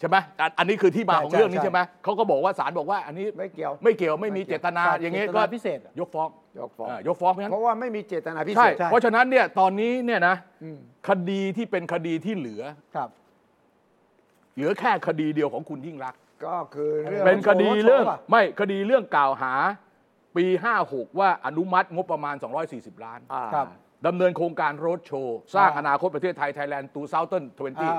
C: ใช่ไหมอันอันนี้คือที่มา
A: ใช่
C: ของเรื่องนี้
A: ใช่
C: ใช่ไหมเขาก็บอกว่าศาลบอกว่าอันนี้
B: ไม่เกี่ยว
C: ไม่เกี่ยวไม่มีเจตนา
A: ครับ
C: อย่างนี้
A: เจต
C: ก็
A: นาพิเศษอะ
C: ยกฟ้อง
B: ยกฟ้อง
C: เยกฟ้องเพราะฉะนั้น
B: เพราะว่าไม่มีเจตนาพิเศ
C: ใช่
B: ษ
C: เพราะฉะนั้นเนี่ยตอนนี้เนี่ยนะคดีที่เป็นคดีที่เหลือ
A: ครับ
C: เหลือแค่คดีเดียวของคุณยิ่งรักษณ์
B: ก็คือเรื่อง
C: เป็นคดีเรื่อง
A: โฉมอะ
C: ไม่คดีเรื่องกล่าวหาปี 56 ว่าอนุมัติงบประมาณ 240 ล้าน
B: อ่า
A: ครับ
C: ดำเนินโครงการโรดโชว์สร้าง
A: อ่า
C: อนาคตประเทศไทยไทยแลนด์ตูเซาเทิร์นทเวน
A: อ่า
C: ตี้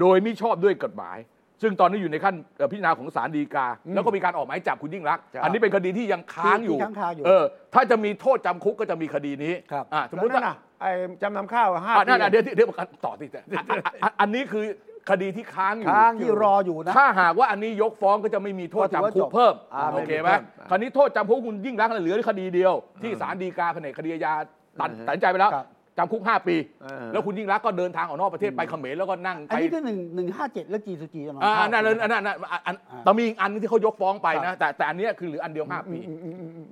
C: โดยมิชอบด้วยกฎหมาย ซึ่งตอนนี้อยู่ในขั้นเอ่อพิจารณาของศาลฎีกา แล้วก็มีการออกหมายจับคุณยิ่งรักษณ์
B: ครับ
C: อันนี้เป็นคดีที่ยังค้างอยู่
A: ที่ค้างคาอยู่
C: เออ ถ้าจะมีโทษจำคุกก็จะมีคดีนี้
A: ครับ
C: อ่ะสมมติ
B: แล้ว
C: ว่า
B: นั่
C: น
B: น่ะ ไอ้จำนำข้าวห้า
C: อ่ะนั่นอ่ะ
B: ปี
C: เดี๋ยวเดี๋ยวกันต่อติดแต่อ่ะอ่ะอ่ะอันนี้คือคดีที่ค้างอยู่
B: ค้าง
A: ที่รออยู่นะ
C: ถ้าหากว่าอันนี้ยกฟ้องก็จะไม่มีโทษจำคุกเพิ่ม
B: อ่าไม่
C: โอ
B: มี
C: เคไหม
B: เพิ่ม
C: คราวนี้โทษจำคุกคุณยิ่งรักษณ์เหลือคดีเดียว ที่ศาลฎีกาแผนกคดีอาญาตัด
B: อือฮะ
C: ตัดสินใจไปแล้ว
A: ครับ
C: จำคุก 5 ปี
B: เออ
C: แล้วคุณยิ่งรักษณ์ก็เดินทางออกนอกประเทศไปเขมรแล้วก็นั่ง
A: อัน
C: ไป
A: นี้คือหนึ่งหนึ่งห้าเจ็ดแล้วจีสุจีจะมา
C: อ่าอันนั่นอันนั้นอันนั้นอัน
A: อ่า
C: แต่มีอีกอันที่เขายกฟ้องไป
A: ครั
C: นะ
A: บ
C: แต่แต่อันเนี้ยคือเหลืออันเดียว 5 ปี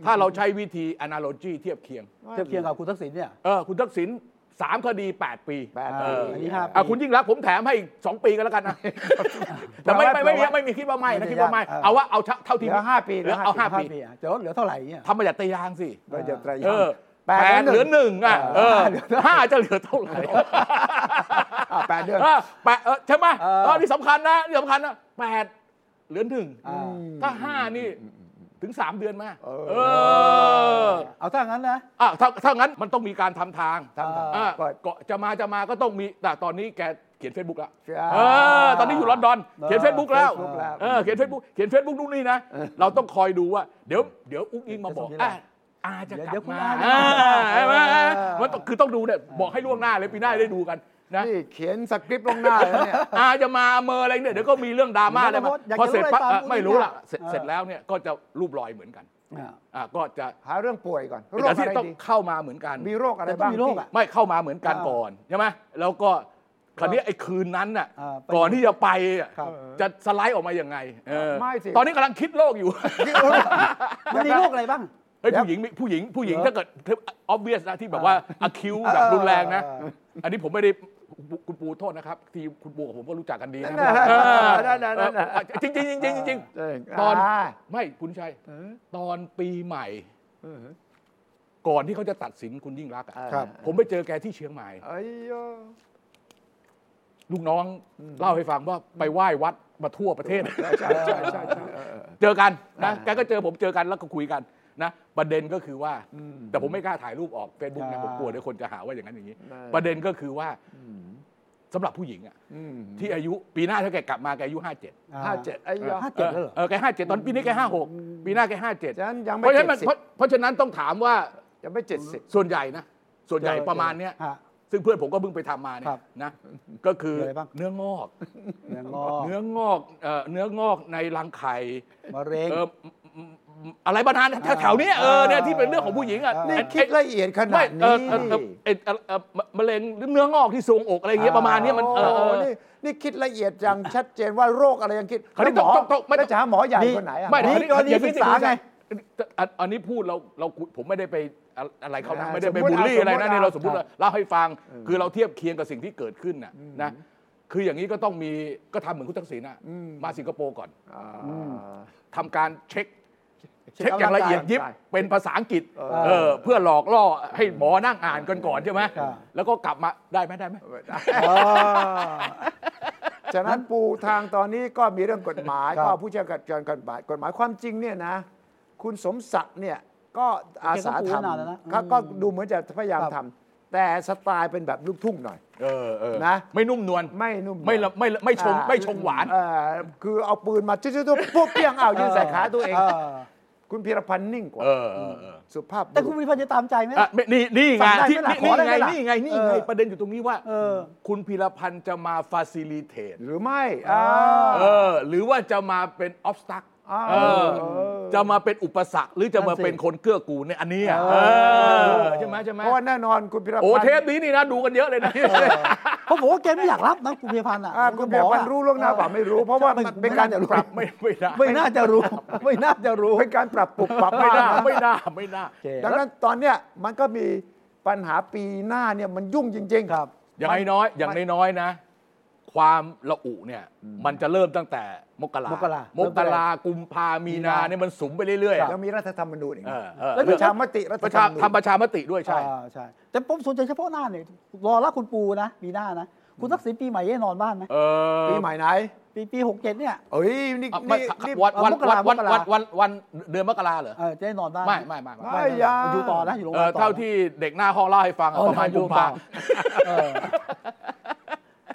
C: ถ้าเราใช้วิธี analogy เทียบเคียง
A: เทียบเคียงกับคุณทักษิณเนี่ย
C: เออคุณทักษิณ3 คดี 8 ปี
B: แปด
C: เอ
B: ปี
C: อ
A: อั
C: อน
A: นี้ห้าปี
C: อ่ะคุณยิ่งรักษณ์ผมแถมให้อีก 2 ปีก็แล้วกันนะ แต่ไม่ไม่ไม่ไม่ไม่มีคิดว่าไม่นะคิดว่าไม่
A: เออ
C: เอาว่าเอาเท่าเท่า
B: เห
C: ที่
B: ลือห้าปี
C: เหลือเอา
A: ห้า
C: 5 ปี
A: ปีอะเดี๋ยวเหลือเท่าไหร่เนี่ย
C: ทำมาจากตะยางสิ
B: โดยจะไตรยาง
C: เออ
B: แป
C: แป
B: ด
C: ด
B: เห
C: เห
B: ลื
C: ลื
B: อ
C: อ
B: ห
C: ห
B: นึ่ง
C: นึ่งอ่ะเออห้าจะเหลือเท่าไหร่
B: อ่ะแปดเดือน
C: เออแปดเออใช่ไหม
A: เออ
C: เออนี่สำคัญนะนี่สำคัญนะแปดเหลือหนึ่ง
A: อ่า
C: ถ้าห้านี่ถึงสามเดือนมา
B: เออ
C: เออ
A: เอาถ้างั้นนะ
C: อ่ะถ้าถ้างั้นมันต้องมีการทำทาง
B: ทำทาง
C: อ่ะ
B: เปิด
C: เกาะจะมาจะมาก็ต้องมีแต่ตอนนี้แกเขียน Facebook แล้ว
B: อ่า
C: เออตอนนี้อยู่ลอนดอน เขียน Facebook แล้ว
B: Facebook แล้ว
C: เออเขียน Facebook เขียน Facebook นู่นนี่นะ เราต้องคอยดูว่า เดี๋ยวเดี๋ยวอุ๊กอิงมาบอกอ่ะอาจะกลั
A: เดี๋ยว
C: บ
A: คุณ
C: มา
A: อาจะกลับมา
C: อ่าใช่ไหม
A: เออ
C: มันต้องคือต้องดูเนี่ยบอกให้ล่วงหน้าเลยปีหน้าได้ดูกันนะ
B: นี่เขียนสคริปต์ลวงหน้าเลยเนี่ย
C: อาจะมาเมออะไรเนี่ยเดี๋ยวก็มีเรื่องดราม่า
A: เดี๋
C: แล้
A: ยววนะ
C: พอเสร็จปั๊บ
A: อยากจะรู้อะไรตาม
C: เอ่อไม่รู้ละเสร็จ
A: เออ
C: เสร็จแล้วเนี่ยก็จะรูปรอยเหมือนกัน
A: อ่า
C: อ่าก็จะ
B: หาเรื่องป่วยก่อน โร
C: แต่
B: คอะ
C: ที่
B: ไร
C: ต้อง
B: ดี
C: เข้ามาเหมือนกัน
B: มีโรคอะไร
A: แต่ต้อ
B: บ้า
A: ง งมีโรคอะ
C: ไม่เข้ามาเหมือนกัน
A: อ่า
C: ก่อนใช่ไหมแล้วก็คราวนี้ไอ้คืนนั้นน่ะ
A: อ่าไป
C: ก่อนที่จะไปอ่ะ
A: ครับ
C: จะสไลด์ออกมายังไงเออ
B: ไม่สิ
C: ตอนนี้กำลังคิดโลกอยู่ [laughs]
A: [laughs] มันมีโรคอะไรบ้าง
C: เฮ้ยผู้หญิงมีผู้หญิงผู้หญิง
A: เหรอ
C: ถ้าเกิดออบเวียสนะที่แบบว่าอะคิวแบบรุนแรงนะ
A: เออ
C: อันนี้ผมไม่ได้คุณปูโทษนะครับ ที่คุณปูกับผมก็รู้จักกันดีนะ
B: นั่นน่ะ
C: เออ
B: นั่นน่ะนั่นน่ะ
C: เออจริงจริงจริงจริงจริง
B: เออ
C: ตอน
B: า
C: ไม่คุณชัย
B: เออ
C: ตอนปีใหม่
B: เออ
C: ก่อนที่เขาจะตัดสินคุณยิ่งรักษณ์อะ
A: ครับ
C: ผมไปเจอแกที่เชียงใหม่
B: เอ้ยโย่
C: ลูกน้องเล่าให้ฟังว่าไปไหว้วัดมาทั่วประเทศ
B: ใช่ใช่ใช่ใช่เออ
C: เจอกันนะแกก็เจอผมเจอกันแล้วก็คุยกัน นะประเด็นก็คือว่า
B: อืม
C: แต่ผมไม่กล้าถ่ายรูปออกเฟซบุ๊ก
A: อ่า
C: นะผมกลัวเดี๋ยวคนจะหาว่าอย่างนั้นอย่างนี้
B: ได้
C: ประเด็นก็คือว่าสำหรับผู้หญิงอะที่อายุปีหน้าถ้าแกกลับมาแกอายุห้าเจ็ด
B: ห้าเจ็ดไอ้ยอ
A: ห้าเจ็ดแล้วเหรอ
C: อแกห้าเจ็ดตอนปีนี้แกห้าหกปีหน้าแกห้าเจ็ด
B: ฉะนั้นยังไม่
C: เพราะฉะนั้นมัน
B: 70
C: เพราะเพราะฉะนั้นต้องถามว่า
B: ยังไม่เจ็ดสิบ
C: ส่วนใหญ่นะ ส่วนใหญ่ประมาณเนี้ย
A: ฮะ
C: ซึ่งเพื่อนผมก็เพิ่งไปทำมาเนี่
A: ครั
C: ย
A: บ
C: นะก็คือ
A: มีอะไรบ้าง
C: เนื้องอก
A: เนื้องอก
C: เนื้องอกเอ่อเนื้องอกในรังไข่
A: มะเร็ง
C: เอออืมอืมอะไรประมาณนั้นแถวๆเนี้ยเออเนี่ยที่เป็นเรื่องของผู้หญิงอ่ะ
A: อ่า
B: นี่
C: ไอ้
B: คิดละเอียดขนา
C: ไม่
B: ด
C: เออ
B: นี้
C: เออเออเออเออเออมะเร็งหรือเนื้องอกที่ทรวงอกอะไรอย่างเงี้ยประมาณเนี้ยมันเออเอ
B: โอ้
C: อ
B: นี่นี่คิดละเอียดอย่างชัดเจนว่าโรคอะไรยังคิด
C: คราวนี้
B: แล้วหม
C: ต้องต้องไม่ต้อง
B: แล้วจะหาหมอใหญ่คนไหนอะ
C: ไม่
B: หมอ
C: เดี๋ยว
A: นี่กรณี
C: อย่ง
A: ศึกษาไง
C: แต่อันอันนี้พูดเราเราผมไม่ได้ไปอะไรอะไรเขานะ
B: อ่า
C: ไม่ได้ไป
B: สมมุติ
C: บูลลี่
B: เอา
C: อะไรนะ
B: สมมุติ
C: เนี่ย
B: เอา
C: เราสมมติเราเล่าให้ฟังคือเราเทียบเคียงกับสิ่งที่เกิดขึ้นน่ะนะคืออย่างนี้ก็ต้องมีก็ทำเหมือนคุณทักษิณอ่ะมาสิงคโปร์ก่อน
B: อ่า
C: ทำการเช็ค
B: เช็ค
C: เช็คอย่างละเอียดยิบ
B: ร่างกาย
C: เป็นภาษาอังกฤษ
B: เออ
C: เออเพื่อหลอกล่อให้หมอนั่งอ่านกันก่อนใช่ไหม
A: ครับ
C: แล้วก็กลับมาได้ไหมได้ไหม
A: อ๋อ
B: ฉะนั้นปูทางตอนนี้ก็มีเรื่องกฎหมาย
A: ครับ
B: ก็ผู้เชี่ยวชาญกฎหมายกฎหมายความจริงเนี่ยนะ คุณสมศักดิ์เนี่ยก็อาสา
A: แกก็ปู
B: ท
A: ไว้นานแล้วนะ
B: ำก็ก็ดูเหมือนจะพยายาม
A: ครับ
B: ทำแต่สไตล์เป็นแบบลูกทุ่งหน่อย
C: เออเออ
B: นะ
C: ไม่นุ่มนวล
B: ไม่นุ่ม
C: ไม่ละไม่ละไม่ชง
B: อ่า
C: ไม่ชงหวาน
B: เอ่อคือเอาปืนมาจุ๊บๆปุ๊บเปี้ยงเอายิงใส่ขาตัวเอง
A: เออ
B: คุณพีรพันธ์นิ่งกว่า
C: เออเออเออ
B: สุภาพบุรุษ
A: แต่คุณวิพันธ์จะตามใจไหม
C: อ่ะ
A: ล่ะ
C: ไม่นี่นี่ไง
A: ฟังได้
C: ที่
A: ไหมล่ะ
C: นี่
A: ขอได้
C: นี่
A: ไห
C: ไง
A: มล่ะ
C: นี่ไงนี่ไง
A: เออ
C: ประเด็นอยู่ตรงนี้ว่า
A: เออ
C: คุณพีรพันธ์จะมาฟาซิลิเทต
B: หรือไม่อ่า
C: เออ หรือว่าจะมาเป็นออฟสตัก
B: อ้าว
C: จะมาเป็นอุปสรรคหรือจะมาเป็นคนเกื้อกูลเนี่ยอันนี้อ่ะเออใช่ไหมใช่ไหม
B: เพราะว่าแน่นอนคุณพิรพันธ์
C: โอ้เทปนี้นี่นะ ดูกันเยอะเลยนะ
A: เพราะผมว่าแกไม่อยากรับนะคุณพิพันธ์อ่ะ
B: อ่าคุณพิรพันธ์รู้ล่วงหน้าเปล่าไม่รู้ เพราะว่ามันเป็นการปรับ
C: ไม่ไม่ได้
A: ไม่น่าจะรู้ ไม่น่าจะรู้
B: เป็นการปรับปรุบปรับ
C: ไม่ได้
B: บ้างนะ
C: ไม่ได้ไม่ได้
B: ดังนั้นตอนเนี้ยมันก็มีปัญหาปีหน้าเนี่ยมันยุ่งจริงๆ
A: ครับ
C: อย่างน้อยๆอย่างน้อยๆนะ ความระอุเนี่ย มันจะเริ่มตั้งแต่มกราม
A: กราม
C: กรากุมภามีนาเนี่ยมันสูงไปเรื่อยๆอะ
B: ยังมีรัฐธรรมนูญอีก
C: เอ
B: นะ
C: อเออ
A: แล้ว
B: ป
A: เดี๋ย
B: ระ
A: ว
B: ชามติรัฐ
C: ประ
B: ธร
C: ชาร
B: มนูญ
C: ทำประชามติด้วยใช่
A: อ่าใช่ แต่ผมสนใจเฉพาะหน้าเนี่ยรอรับคุณปูนะปีหน้านะ คุณทักษิณปีใหม่ยังนอนบ้านไหม
C: เออ
B: ปีใหม่ไหน
A: ปีปีหกเจ็ดเนี่ย
B: เอ้ยนี่
C: เอา
B: นี่
C: เอา
B: นี่
C: วันวัน
A: มกรา
C: วัน
A: มกรา
C: วันวันวันเดือนมกราเหรอ
A: เออจะได้นอนบ้าน
C: ไม่ไม่ไม่ไม่
A: ไม่
B: ไม่ยา
A: อยู่ต่อนะอยู่โรงพยาา
C: เอบอ
A: ลต่อนะ
C: เท่าที่เด็กหน้าห้องเล่าให้ฟังอะ
A: เออ
C: ประมาณ
A: เดื
C: กุ
A: อน
C: ม
A: มกรา
C: ภา
A: เออ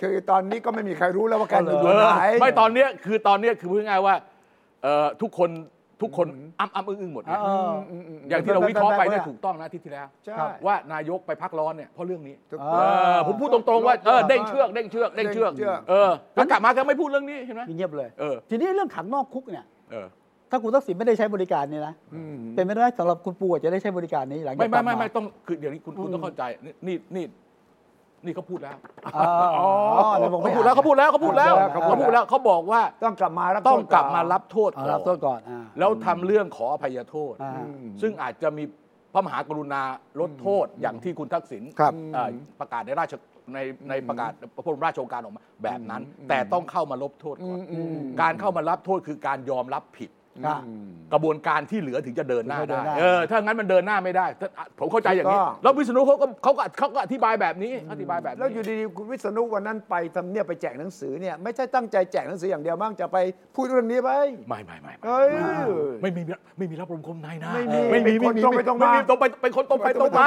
B: คือตอนนี้ก็ไม่มีใครรู้แล้วว่าการอยู่ต
C: เอ
B: รง
C: อ
B: ไหน
C: ไม่ตอนเนี้ยคือตอนเนี้ยคือพูดง่ายๆว่าเอ่อทุกคนทุกคนอ้ำอ้ำอึ้งอึ้งหมดเลย
A: เออ
C: อย่างที่เราวิเคราะห์ไปเนี่ยถูกต้องนะอาที่ที่แล้ว
B: ใช่
C: ครับว่านายกไปพักร้อนเนี่ยเพราะเรื่องนี้
B: ถูก
A: เอ
C: เอ
B: ต้อง
C: อผมพูดตรงๆว่าเออเด้งเชือกเด้งเชือกเด้งเชือก
B: เด้งเชือก
C: เออแล้วกลับมาก็ไม่พูดเรื่องนี้เห็นไหม
A: เงียบเลย
C: เออ
A: ทีนี้เรื่องขังนอกคุกเนี่ย
C: เออ
A: ถ้าคุณทักษิณไม่ได้ใช้บริการเนี่ยนะ เป็นไม่ได้สำหรับคุณปูอาจจะได้ใช้บริการนี้หลังจาก
C: ไม่
A: ก
C: ไม่
A: ลับ
C: ไม่ไม่ต้องคืออย่างนี้คุณคุณต้องเข้าใจนี่นี่นี่นี่เขาพูดแล้ว
A: เอออ๋อเดี๋ยวผมไป
C: เขาพูดแล้วเขาพูดแล้วเขาพูดแล้ว
B: เขา
C: เขา
B: พูด
C: พูด
B: แล้ว
C: แล้วเขาบอกว่า
B: ต้องกลับมารับ
C: ต้อง
B: โทษ
C: กลับมารับโทษ
A: อ่ารับโทษ
C: ก่อน
A: ก่อนอ่า
C: แล้วทำเรื่องขออภัยโทษ
A: อ่า
B: อืม
C: ซึ่งอาจจะมีพระมหากรุณาลดโทษอย่างที่คุณทักษิณ
B: ครับ
C: เอ่อประกาศในราชในในประกาศพระบรมราชโองการออกมาแบบนั้น แต่ต้องเข้ามาลบโทษก่อน
B: อืมอืม
C: การเข้ามารับโทษคือการยอมรับผิด
A: อ่า
C: กระบวนการที่เหลือถึงจะเดินหน้า
A: ถึงจะเดิ
C: ได้
A: นหน้า
C: เออถ้างั้นมันเดินหน้าไม่ได้ถ้าผมเข้าใจอย่างนี้
B: ถูกต้อง
C: แล้ววิษณุเขาก็เขาก็เขาก็อธิบายแบบนี้อธิบายแบบนี้
B: แล้วอยู่ดีๆคุณวิษณุวันนั้นไปทำเนียบไปแจกหนังสือเนี่ยไม่ใช่ตั้งใจแจกหนังสืออย่างเดียวมั้งจะไปพูดเรื่องนี้ไป
C: ไม่ไม่ไม่ไม่
B: เอ้ย
C: ไม่มีไม่มีรับลมคมในนะ
B: ไม่มี
C: ไม่มี
B: เป็นคนตรงไปตรงมา
C: ไม่มีตรงไปเป็นคนตรงไปตรงมา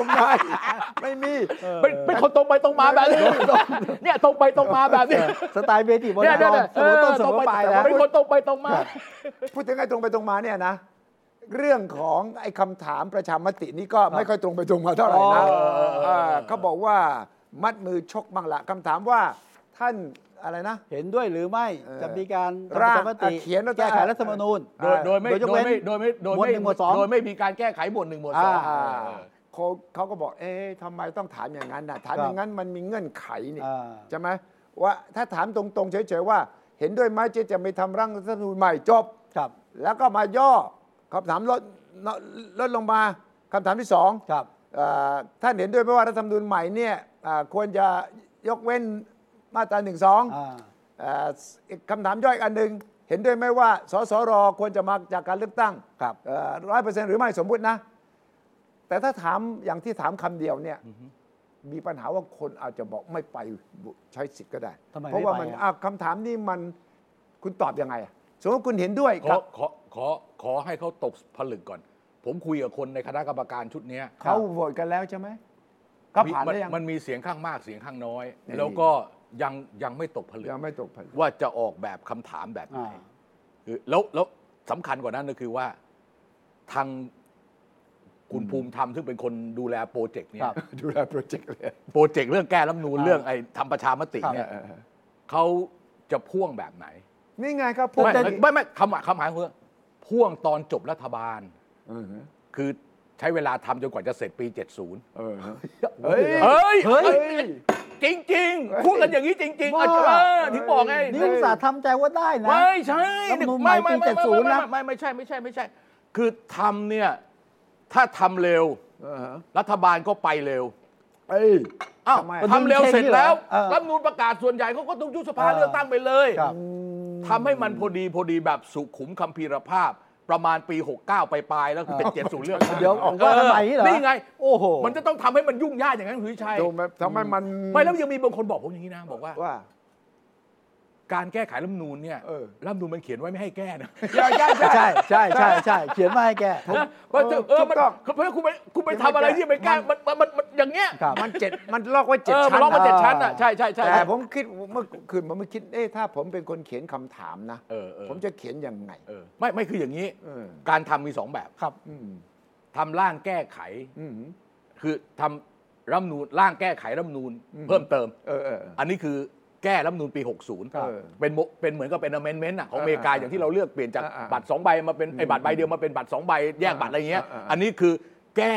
B: ผมได้ไม่มี
C: เป็นเป็นคนตรงไปตรงมาแบบนี้เนี่ยตรงไปตรงมาแบบนี้
A: สไตล์เบติบน
C: เนี่ยเนี่ยเนี่ย
A: สมมติต้นสมมติปลาย
C: เออ
A: นะ
C: เป็นคนตรงไปตรงมา
B: พูดถึงไอ้ตรงไปตรงมาเนี่ยนะ เรื่องของไอ้คำถามประชามตินี่ก็ไม่ค่อยตรงไปตรงมาเท่าไหร่นะ
C: อ๋อ
B: เออเขาบอกว่ามัดมือชกบังละคำถามว่าท่านอะไรนะ
A: เห็นด้วยหรือไม่
B: เออ
A: จะมีการทำประ
B: ร่าง
A: ชามติ
B: อ่ะเขียนรัฐ
A: แก้ไขรัฐธรรมนูญ
C: โดยโดยไม่
A: โดยยก
C: โด
A: เว้
C: ย
A: น
C: ไม่โดยไม่โดย
A: หมวด
C: ไม่
A: หนึ่งหมวดสอง
C: โดยไม่มีการแก้ไขหมวดหนึ่งหมวดสอง
B: อ่า
C: เออ
B: เขาเขาก็บอกเอ๊ะทำไมต้องถามอย่างนั้นนะถาม
A: ครับ
B: อย่างนั้นมันมีเงื่อนไขนี่
A: อ่า
B: ใช่ไหมว่าถ้าถามตรงๆ เฉยๆว่า เห็นด้วยไหมที่จะไม่ทำร่างรัฐธรรมนูญใหม่จบ
A: ครับ
B: แล้วก็มาย่อคำถามลดลดลงมาคำถามที่สอง
A: ครับ
B: เอ่อท่านเห็นด้วยไหมว่ารัฐธรรมนูญใหม่เนี่ยเอ่อควรจะยกเว้นมาตราหนึ่งสอง
A: อ่า
B: คำถามย่อยอีกอันหนึ่งเห็นด้วยไหมว่าสสรควรจะมาจากการเลือกตั้ง
A: ครับ
B: ร้อยเปอร์เซ็นต์หรือไม่สมมุตินะ แต่ถ้าถามอย่างที่ถามคำเดียวเนี่ย มีปัญหาว่าคนอาจจะบอกไม่ไปใช้สิทธิ์ก็ได้
A: ทำไมไม่
B: เพราะว่ามัน
A: ไปอ่ะ
B: อ่ะคำถามนี้มันคุณตอบยังไงอ่ะสมมติคุณเห็นด้วย
C: ข
B: กั
C: อบ ขอ ขอขอให้เขาตกผลึกก่อน ผมคุยกับคนในคณะกรรมการชุดเนี้ย
B: เขาโหวตกันแล้วใช่ไหมก็ผ่าน
C: มั
B: ได้ยัง
C: มันมีเสียงข้างมากเสียงข้างน้อย
B: เอ้ย
C: แล้วก็ยังยังไม่ตกผลึก
B: ยังไม่ตกผลึก
C: ว่าจะออกแบบคำถามแบบไหน
A: อ่า
C: คือแล้วแล้วสำคัญกว่านั้นก็คือว่าทางคุณภูมิธรรมซึ่งเป็นคนดูแลโปรเจกต์เนี่
A: ครั
C: ย
A: บ
B: ดูแลโปรเจกต์เลย
C: โปรเจกต์เรื่องแก้รัฐธรรมนูน
A: อ่า
C: เรื่องไอ้ทำประชามติ
B: เอ
C: เนี่ย
B: อเออเออ
C: เขาจะพ่วงแบบไหน
B: นี่ไงครับผม
C: ไม่
B: จะ
C: ไม่ไม่คำหมายคำหมายคือพ่วงตอนจบรัฐบาล
B: เออ
C: คือใช้เวลาทำจนกว่าจะเสร็จปี 70
B: เออเฮ้ย
C: เอ้ย
B: เฮ้ย
C: จริงจริงๆพูดกันอย่างนี้จริงๆ
A: บ้า
C: อาจารย์ที่บอกไง
A: นี่อุตส่าห์ทำใจว่าได้นะ
C: ไม่ใช่
A: รัฐธรรมนูญ
C: ไม่
A: ใหม่
C: ไม่
A: ปี70
C: ไม่ไม่
A: นะ
C: ไม่ไม่ไม่ใช่ไม่ใช่ไม่ใช่ คือทำเนี่ย ถ้าทำเร็วรัฐบาลก็ไปเร็ว
B: เอ้ย
C: อ้าว
B: ทำไม
C: ทำเร็วเสร็จแล้ว
A: เออ
C: รัฐธรรมนูญประกาศส่วนใหญ่เขาก็ต้องยุบสภา
A: เออ
C: เลือกตั้งไปเลย
A: ครับ
C: ทำให้มันพอดีพอดีแบบสุขุมคัมภีรภาพ ประมาณปี 69 ไปปลายๆแล้วเป็นเจ็ดสูนเรื่อง
A: เดี๋ยวผมว่าทำไมเหรอ
C: นี่ไง
A: โอ้โห
C: มันจะต้องทำให้มันยุ่งยากอย่างนั้นคุณวิชัย
B: ดูไหมทำไมมัน
C: ไม่แล้วยังมีบางคนบอกผมอย่างนี้นะ บอกว่า
B: ว่า
C: การแก้ไขรัฐธรรมนูญเนี่ย
B: เออ
C: รัฐธรรมนูญมันเขียนไว้ไม่ให้แก้นะ [laughs]
B: ใช่ใช่ใช่
A: ใช่ใช่ใช่ใช่เขียนมาให้แก
C: นะว่าจะเออมัน
B: ถูกต้อง
C: เพราะคุณไปคุณไปทำอะไรที่ไม่แก้มันมันมันมันอย่างเงี้ย
A: ครับ
B: มันเจ็ดมันลอกไว้เจ็ด
C: เออมัน
B: ชั้น
C: ร้องมา
B: นะ
C: เจ็ดชั้นอ่ะใช่ใช่ใช่
B: แต่ผมคิดเมื่อคืนผมไม่คิดเอ๊ะถ้าผมเป็นคนเขียนคำถามนะ
C: เออเออ
B: ผมจะเขียนยังไง
C: เออไม่ไม่คืออย่างนี้
B: เออ
C: การทำมีสองแบบ
A: ครับ
B: อืม
C: ทำร่างแก้ไข
B: อืม
C: คือทำรัฐธรรมนูญร่างแก้ไขรัฐธรรมนูญ
B: อืม
C: เพิ่มเติม
B: เออเออ
C: อันนี้คือแก้รัฐธรรมนูญปี 60
B: ครับ
C: เป็นโมเป็นเหมือนกับเป็น amendment อะของอเมริกา
B: อ่าอ่า
C: อย่างที่เราเลือกเปลี่ยนจาก
B: อ่าอ่า
C: บัตร 2 ใบมาเป็นไอ้บัตรใบเดียวมาเป็นบัตร 2 ใบแยกบัตรอะไรเงี้ย
B: อ่าอ่าอ่า
C: อันนี้คือแก้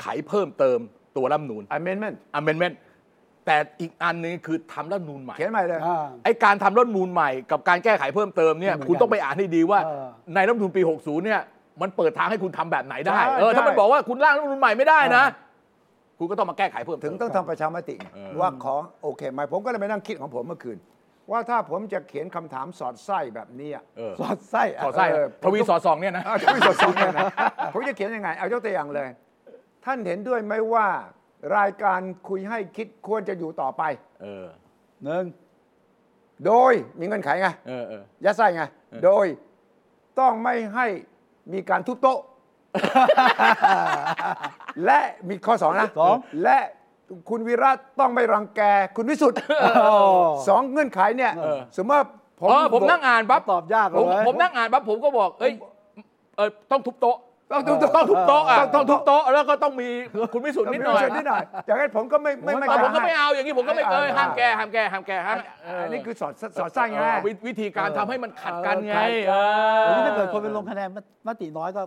C: ไขเพิ่มเติมตัวรัฐธรรมนูญ
B: amendment
C: amendment แต่อีกอันนึงคือทำรัฐธรรมนูญใหม่
B: เขียนใหม่เลย
A: อ่า
C: ไอ้การทำรัฐธรรมนูญใหม่กับการแก้ไขเพิ่มเติมเนี่ย
A: ไม่เหมือนกัน
C: คุณต้องไปอ่านให้ดีว่า
A: เออ
C: ในรัฐธรรมนูญปี 60 เนี่ยมันเปิดทางให้คุณทำแบบไหนได้
B: ใช่
C: เออถ้ามัน
B: ใช่
C: บอกว่าคุณร่างรัฐธรรมนูญใหม่ไม่ได้นะ คุณก็ต้องมาแก้ไขเพิ่มเติ
B: ถึ
C: ม
B: งต้องทำประชามติไง
C: เออ
B: ว่าของโอเคไหมผมก็เลยไปนั่งคิดของผมเมื่อคืน ว่าถ้าผมจะเขียนคำถามสอดไส้แบบนี้อะ
C: เออ
A: สอดไส้
C: สอดไส้
B: เ
C: ทวีสอดสองเนี่ยนะ
B: อ่าถ้าไม่สดสนเนี่ยนะผมจะเขียนยังไง เอายกตัวอย่างเลย ท่านเห็นด้วยไหมว่า รายการคุยให้คิดควรจะอยู่ต่อไป
C: เออ
A: หนึ่ง
B: โดยมีเงื่อนไขไง
C: เออเออ
B: ยัดไส้ไง
C: เออ
B: โดยต้องไม่ให้มีการทุบ
C: [laughs]
B: โต๊ะ และมีข้อสองนะ
A: สอง
B: และคุณวิรัตต้องไม่รังแกคุณวิสุทธ์สองเงื่อนไขเนี่ย
C: เออ
B: สมมติว่าผม
C: เออผมนั่งอ่านปั๊บ
A: ตอบยากเล
C: ผม
A: ย
C: ผมนั่งอ่านปั๊บผมก็บอก เอ้ยเออต้องทุบโต๊ะ
B: ต้องทุบโต๊ะ
C: ต้องทุบโต๊ะอ่ะต้
B: ต้อ
C: อง ง
B: ทุ
C: ทุ
B: บบ โต๊ะ
C: โต๊ะแล้วก็ต้องมีคุณวิสุทธิ์นิดหน่อย
B: นิดหน่อยอย่างนั้นผมก็ไม่ไม่
C: เออผมก็
B: ให้
C: ไม่เอาอย่างนี้ผมก็ไม่
B: ไม่
C: เค
B: เอา
C: ย
B: ไม่เอา
C: ห้ามแกห้ามแกห้ามแกห้ามเ
B: อันนี้คือสอดสอดไส้ไง
C: เออวิวิธีการทำให้มันขัดกันไง
A: เออ
C: เออ
A: วันนี้ถ้าเกิดคนเป็นลงคะแนนมติน้อยก็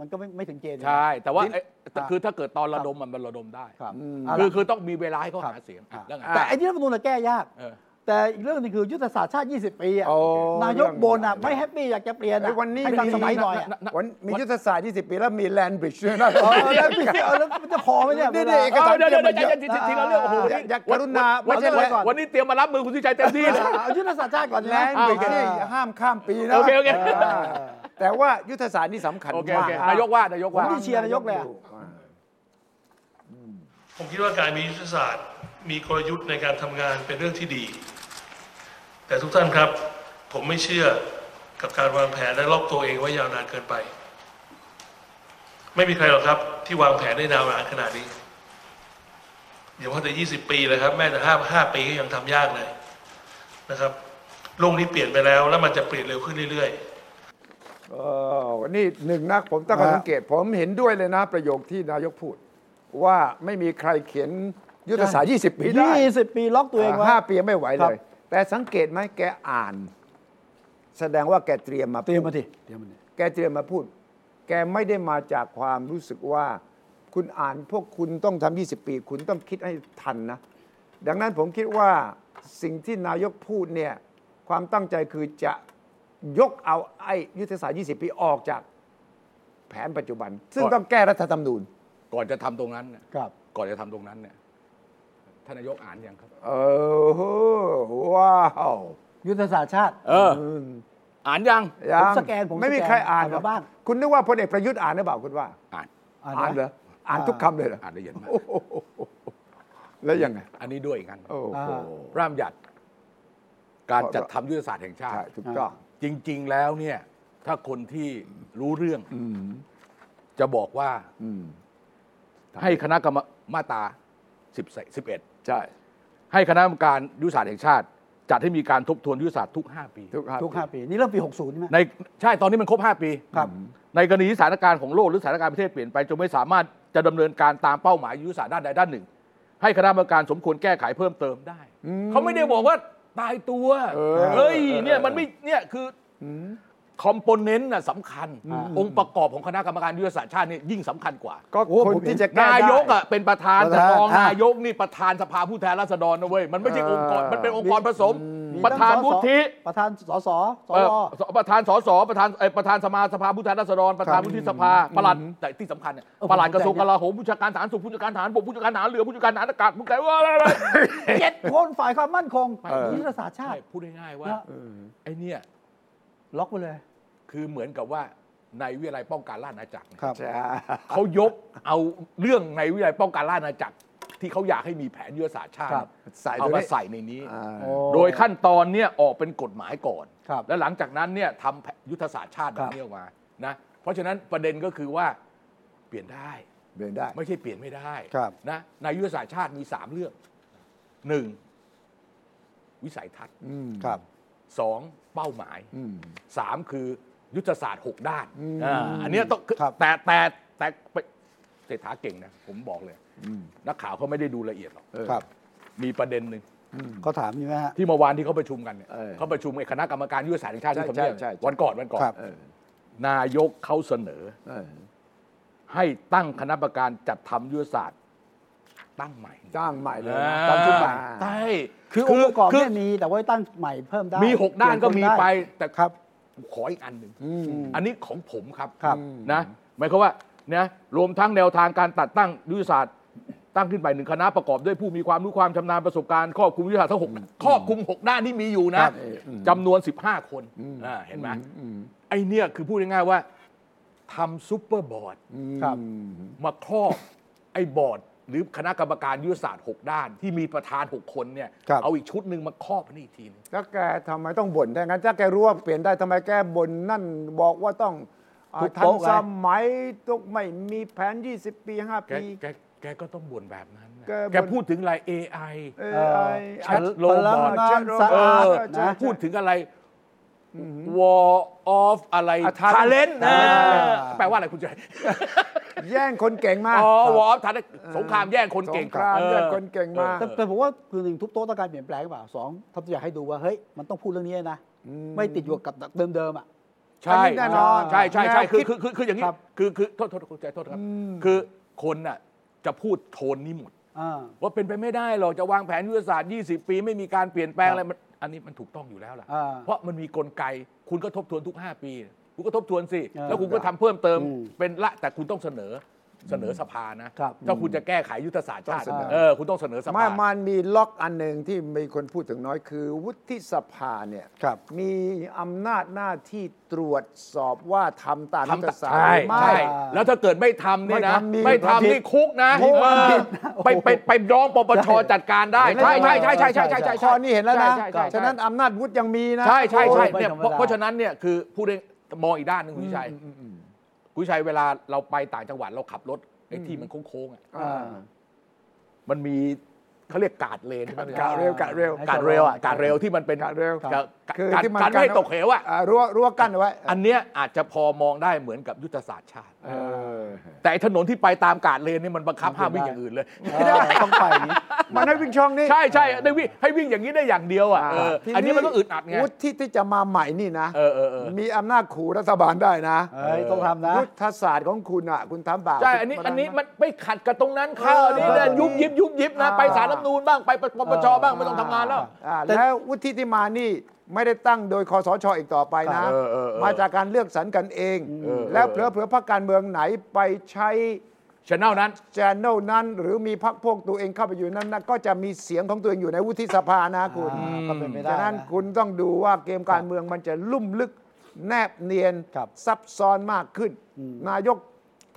A: มันก็ไม่ไม่ถึงเกณฑ์
C: ใช่แต่ว่า
A: ดิ้น
C: ไอ้แต่
A: อ่ะ
C: คือถ้าเกิดตอนระดมมันมันระดมได้
A: ครับ
B: อืม
A: เา
C: คื
A: ล่ะ
C: อคือต้องมีเวลาให้เขาหาเสียงอ่ะแล้วไง
A: แต่ไอ้ที่รัฐธรรมนูลน่ะแก้ยาก
C: เออ
A: แต่อีกเรื่องหนึงคือยุทธศาสตร์ชาติ 20 ปีอะ
B: โอ้
A: นายกโบนอ่ะไม่แฮปปี้อยากจะเปลี่ยน
B: ไอ้
A: อะ
B: วันนี้
A: ให้ทันสมัยหน่อยอะ
C: นะ
B: วันมียุทธศาสตร์ 20 ปีแล้วมีแลนบริดจ์ด้วยนะ
A: เออแล้วพี่เอาแล้วมันจะพอไหมเนี่ย
B: นี่
A: เวลา
B: นี่เอก
C: เออเดี๋ยวเดี๋ยวเดี๋ยวใจเย็น
A: เยอะ
C: ทีละเรื่องโอ้โห
A: อ่ะ
C: นี่
B: อย่ากรุณาไม่
C: วัน
B: ใช่เลย
C: วันนี้เตรียมมารับมือคุณสุชัยเต็มที่เลย
A: เอายุทธศาสตร์ชาติก่อน
B: แล
A: นะ
B: นบริดจ์นี่
A: เออ
B: ห้ามข้ามปีนะ
C: โอเคโอเค
B: าแต่ว่ายุทธศาสตร์นี่สำคัญ
C: โอเคโอ
B: มาก
C: เคนายกว่า นายกว่า
A: ผมนี่เชียร์นายกเลยอะ
B: อ่า
F: ผมคิดว่าการมียุทธศาสตร์ มีกลยุทธ์ในการทำงานเป็นเรื่องที่ดี แต่ทุกท่านครับ ผมไม่เชื่อกับการวางแผนและล็อกตัวเองไว้ยาวนานเกินไป ไม่มีใครหรอกครับ ที่วางแผนได้ยาวนานขนาดนี้อย่าว่าแต่20 ปีเลยครับ แม้แต่5 5ปีก็ยังทำยากเลยนะครับ โลกนี้เปลี่ยนไปแล้ว แล้วมันจะเปลี่ยนเร็วขึ้นเรื่อยๆ
B: เออนี่หนึ่งนะผมตั้งข้อ
A: นะฮะ
B: สังเกตผมเห็นด้วยเลยนะ ประโยคที่นายกพูด ว่าไม่มีใครเขียนยุทธศาสตร์ 20 ปีได้
A: ยี่สิบปีล็อกตัวเองไว้
B: ห้าปีไม่ไหว
A: ครั
B: เล
A: บ
B: ย แต่สังเกตไหมแกอ่าน แสดงว่าแกเตรียมมา
A: เตรียม
B: พู
A: มา
B: ด
A: ดิเตรียมมาดิ
B: แกเตรียมมาพูด แกไม่ได้มาจากความรู้สึกว่า คุณอ่านพวกคุณต้องทำ20 ปี คุณต้องคิดให้ทันนะ ดังนั้นผมคิดว่าสิ่งที่นายกพูดเนี่ยความตั้งใจคือจะยกเอาไอ้ยุทธศาสตร์ 20 ปีออกจาก แผนปัจจุบัน ซึ่ง
C: ก่อน
B: ต้องแก้รัฐธรรมนูญ
C: ก่อนจะทำตรงนั้นเนี่ย
A: ครับ
C: ก่อนจะทำตรงนั้นเนี่ยท่านนายกอ่านยังครับ
B: เออว้าว
A: ยุทธศาสตร์ชาติ
C: เออ อ่านยัง
B: ยั
A: ผ
B: ง
A: มสแกนผม
B: ไม่มี
A: สแกน
B: ใครอ่าน
A: อ่านมาบ้าง
B: คุณนึกว่าพลเอกประยุทธ์อ่านหรือเปล่าคุณว่า
C: อ่าน
A: อ่าน
B: อ่านเหร
A: นะ
B: ออ่าน
A: อ่า
B: ทุกคำเลยเหรอ
C: อ่านละเอียดมาก
B: โอ้โหแล้วยังไง
C: อันนี้ด้วยอีกอัน
B: โอ้โห
C: ร่ามหยัด การ
B: ขอ
C: จัดทำยุทธศาสตร์แห่งชา
B: ใช่
C: ติ
B: ถูกต้อง
C: จริง ๆ แล้วเนี่ย ถ้าคนที่รู้เรื่องจะบอกว่าให้คณะกรรมมาตรา10 11
B: ใช่
C: ให้คณะกรรมการยุทธศาสตร์แห่งชาติ จัดให้มีการทบทวนยุทธศาสตร์ทุก 5 ปี
B: ทุกห้า
A: ทุก 5 ปี นี่เริ่มปี 60 ใช่ไหม
C: ในใช่ตอนนี้มันครบ 5 ปี
A: ครับ
C: ในกรณีที่สถานการณ์ของโลกหรือสถานการณ์ประเทศเปลี่ยนไปจนไม่สามารถจะดำเนินการตามเป้าหมายยุทธศาสตร์ด้านใดด้านหนึ่ง ให้คณะกรรมการสมควรแก้ไขเพิ่มเติมได้ เขาไม่ได้บอกว่าตายตัวเฮ้ยเนี่ยมันไม่เนี่ยคืออคอมโพเนนต์น่ะสำคัญ องค์ประกอบของคณะกรรมการยุทธศาสตร์ชาตินี่ยิ่งสำคัญกว่า
B: ก็คนที่จะแก้ได้
C: นายกอ่ะเป็นประธาน
A: ประ
C: แต่
A: ธาน
C: รอง
A: อ่ะ
C: นายกนี่ประธานสภาผู้แทนราษฎรนะเว้ยมันไม่ใช่องค์กร
B: เออ
C: มันเป็นองค์กรผสม
A: มี
C: ประธาน
A: ทั้งสส
C: วุฒิ
A: ประธานสสส
C: เอ่อ
A: ว
C: ประธานสสประธานเอ่อประธานสมาสภาผู้แทนราษฎรประธานวุฒิสภาประหลัดแต่ที่สำคัญเนี่ยประหลัดกระทรวงกลาโหมผู้จัดการทหารสุขผู้จัดการทหารบกผู้จัดการทหารเรือผู้จัดการทหารอากาศผู้จัดการว่าอะไร
A: เจ็ดคนฝ่ายความมั่นคง
B: เออ
A: ยุทธศาสตร์ชา
C: ใช่
A: ติ
C: พูดง่ายๆว่า
A: เนอะ
C: ไอ้เนี่ย
A: ล็อกไปเลย
C: คือเหมือนกับว่าในวิทยาลัยป้องกันราชอาณาจักรเนี่ย
A: ครับ
B: ใช่
C: เขายกเอาเรื่องในวิทยาลัยป้องกันราชอาณาจักร ที่เขาอยากให้มีแผนยุทธศาสตร์ชาติ
A: ครับ
B: ใส่
C: เอา
B: ตัว
C: มา
B: นี้
C: ใส่ในนี้
B: อ่า
C: โดยขั้นตอนเนี่ยออกเป็นกฎหมายก่อน
A: ครับ
C: แล้วหลังจากนั้นเนี่ยทำแผนยุทธศาสตร์ชาติแบ
A: ครับ บ
C: นี้ออกมานะเพราะฉะนั้นประเด็นก็คือว่าเปลี่ยนได้
B: เดินได้
C: ไม่ใช่เปลี่ยนไม่ได้
A: ครับ
C: นะในยุทธศาสตร์ชาติมี 3 เรื่องหนึ่งวิสัยทัศน์
B: อืม
A: ครับ
C: สองเป้าหมาย
B: อืม
C: สามคือยุทธศาสตร์ 6 ด้าน
B: อืม
C: อ่าอันเนี้ยต้อง
A: ครับ
C: แต่แต่แต่แต่เศรษฐาเก่งนะผมบอกเลย
B: อืม
C: นักข่าวเขาไม่ได้ดูละเอียดหรอก
B: เออ
A: ครับ
C: มีประเด็นหนึ่ง
A: เขาถามอยู่ไหมฮะ
C: ที่เมื่อวานที่เขาประชุมกันเนี่ย
B: เออ
C: เขาประชุมไอ้คณะกรรมการยุทธศาสตร์แห่งชาติที่
B: ใช่
C: ทำเนียบ
B: ใช่ใช่
C: วันก่อนวันก่อน
A: ครับ
B: เออน
C: ายกเขาเสนอ
B: เออ
C: ให้ตั้งคณะกรรมการจัดทำยุทธศาสตร์ตั้งใหม่
B: สร้างใหม่เลยนะ
C: อ่า
B: ตามชุดใหม่
C: ใช่
A: คือองค์ประกอบ
C: คื
A: เนี่ยมีแต่ว่าตั้งใหม่เพิ่มได้
C: มีหกด้านก็มีไปแต่
A: แต่ครับ
C: ขออีกอันหนึ่ง
B: อืม
C: อันนี้ของผมครับ
A: ครับ
C: นะหมายความว่านะรวมทั้งแนวทางการตัดตั้งยุทธศาสตร์ ตั้งขึ้นไปหนึ่งคณะประกอบด้วยผู้มีความรู้ความชำนาญประสบการณ์ครอบคลุมยุทธศาสตร์ทั้งหกครอบคลุมหกด้านที่มีอยู่นะครับ จำนวน 15 คนอ่าเห็นไหม
B: อืม
C: ไอเนี่ยคือพูดง่ายๆว่าทำซุปเปอร์บอร์ด
B: อืม
A: ครับ
C: มาครอบ ไอบอร์ด หรือคณะกรรมการยุทธศาสตร์ 6 ด้าน ที่มีประธาน 6 คนเนี่ย
A: ครับ
C: เอาอีกชุดหนึ่งมาครอบอันนี่อีกทีหนึง
B: แล้วแกทำไมต้องบ่นถ้างั้นถ้าแกรู้ว่าเปลี่ยนได้ทำไมแกบ่นนั่นบอกว่าต้องอ่า
A: ทุบ
B: ทัน
A: โต๊ะไง
B: สมัยตกไม่มีแผน 20 ปี 5
C: แก
B: ปี
C: แกแกก็ต้องบ่นแบบนั้นนะ
B: แกบ่น
C: แกพูดถึงอะไร AI
B: เออ
A: เอ่อ
B: ไอ้
C: ชั
B: ไอ้
C: ด
A: พลังงานสะ
C: เอ
A: อาด
C: อ
B: ใช่
A: นะ
B: ใช่
C: พูดถึงอะไร War of อะไร
B: อ่ะ talent
C: Talent นะ
B: อ่า
C: แปลว่าอะไรคุณจอย
B: แย่งคนเก่งมา
C: อ๋อ War of Talent สงครามแย่งคนเก่ง
B: สคราม
C: เออ
B: แย่งคนเก่งมา
C: เออ
A: แต่แต่ผมว่าคือหนึ่งทุบโต๊ะต้องการเปลี่ยนแปลงหรือเปล่าสองถ้าอยากให้ดูว่าเฮ้ยมันต้องพูดเรื่องนี้นะ ไม่ติดอยู่กับเดิมๆอ่ะ
C: ใช่
B: อันนี้แน่นอน
C: ใช่ใช่ใช่
B: แนว
C: คือ
B: ด
C: คือคือคืออย่างนี้
A: ครับ
C: คือคือโทษโทษคุณใจโทษครับ
B: อืม
C: คือคนน่ะจะพูดโทนนี้หมด
A: อ่า
C: ว่าเป็นไปไม่ได้หรอกจะวางแผนยุทธศาสตร์ 20 ปีไม่มีการเปลี่ยนแปลงอะไรมันอันนี้มันถูกต้องอยู่แล้วล่ะ
A: อ่า
C: เพราะมันมีกลไก คุณก็ทบทวนทุก 5 ปี คุณก็ทบทวนสิ
A: อ่า
C: แล้วคุณก็ทำเพิ่มเติม
A: อืม
C: เป็นละแต่คุณต้องเสนอเสนอสภานะครับ ถ้าคุณจะแก้ไขยุทธศาสตร์ชาติ
A: ต้องเสนอ
C: เออคุณต้องเสนอส
B: ไมา
C: ภา
B: มันมีล็อกอันหนึ่งที่มีคนพูดถึงน้อยคือ วุฒิสภาเนี่ย
A: ครับ
B: มีอำนาจหน้าที่ตรวจสอบว่าทำตามยุทธ
C: ทำ
B: ศา
C: ตา
B: ส
C: ม
B: ต
C: ใช่
B: ร์หรือไม่
C: ใช่ แล้วถ้าเกิดไม่ทำเนี่ยนะ
B: ไม่
C: ไม่
B: ทำนี่
C: ทำนี่คุกนะ
B: มีความผิด
C: เออไปไปไปร้องปปชจัดการได้ ใช่ใช่ใช่ใช่ใช่ใช่ใช่
B: ข้อนี้เห็นแล้วนะ
C: ใช่ใช่ใช่
B: ฉะนั้นอำนาจวุฒิยังมีนะ
C: ใช่ใช่ใช่
A: โอ้ย
C: เนี่ย
A: ไม่ธรรมดา
C: เพราะเพราะฉะนั้นเนี่ยคือพูดได้มองอีกด้านหนึงคุณวิชัยคุณวิชัยเวลาเราไปต่างจังหวัดเราขับรถไอ้ที่มันโค้งๆอ่ะ
A: อ่า
C: มันมีเขาเรียกกาดเลนใช่ไหม
B: กาดเร็วกาดเร็ว
C: กาดเร็วอ่ะกาดเร็วที่มันเป็น
B: การเร็ว
C: กาด
B: คือ
C: การ
B: ที่มัน
C: การไม่ตกเหวอ่ะ
B: รั้วรั้วกั้นเอาไว้
C: อันเนี้ยอาจจะพอมองได้เหมือนกับยุทธศาสตร์ชาติ
B: เออ
C: แต่ไอ้ถนนที่ไปตามกาดเลนเนี่ยมันบังคับห้ามวิ่งอย่างอื่นเลย
A: ไม่ได้ต้องไปอย่างนี้
B: มันให้วิ่งช่องนี้
C: ใช่ใช่ได้วิ่งให้วิ่งอย่างนี้ได้อย่างเดียวอ่ะเออ
B: ที
C: อันนี้มันก็อึดอัดไง
B: วุฒิที่จะมาใหม่นี่นะ
C: เออเออเออ
B: มีอำนาจขู่รัฐบาลได้นะ
A: เอ้ยต้องทำนะ
B: ยุทธศาสตร์ของคุณอ่ะ คุณทำบาป
C: ใช่อันนี้อันนี้มันไปขัดกับตรงนั้นเข้าอันนี้เนี่ยยุบยิบยุบยิบนะ
B: อ่า
C: ไปสารรัฐธรรมนูนบ้างไปปปชบ้างไม่ต้องทำงานแล้ว
B: อ่า
A: แต่
B: แล้ววุฒิที่มานี่ไม่ได้ตั้งโดยคอสชอีกต่อไปนะ
C: เออเออเออ
B: มาจากการเลือกสรรกันเอง
C: เออ
B: แล้วเผลอเผลอๆพรรคการเมืองไหนไปใช้
C: ชแนลนั้น
B: แชนแนลนั้น หรือมีพรรคพวกตัวเองเข้าไปอยู่นั้นนะก็จะมีเสียงของตัวเองอยู่ในวุฒิสภานะคุณ
A: อ่าก็เป็นไปได้
B: ฉะนั้น
A: นะ
B: คุณต้องดูว่าเกมการเมืองมันจะลุ่มลึกแนบเนียน
A: ครับ
B: ซับซ้อนมากขึ้น นายก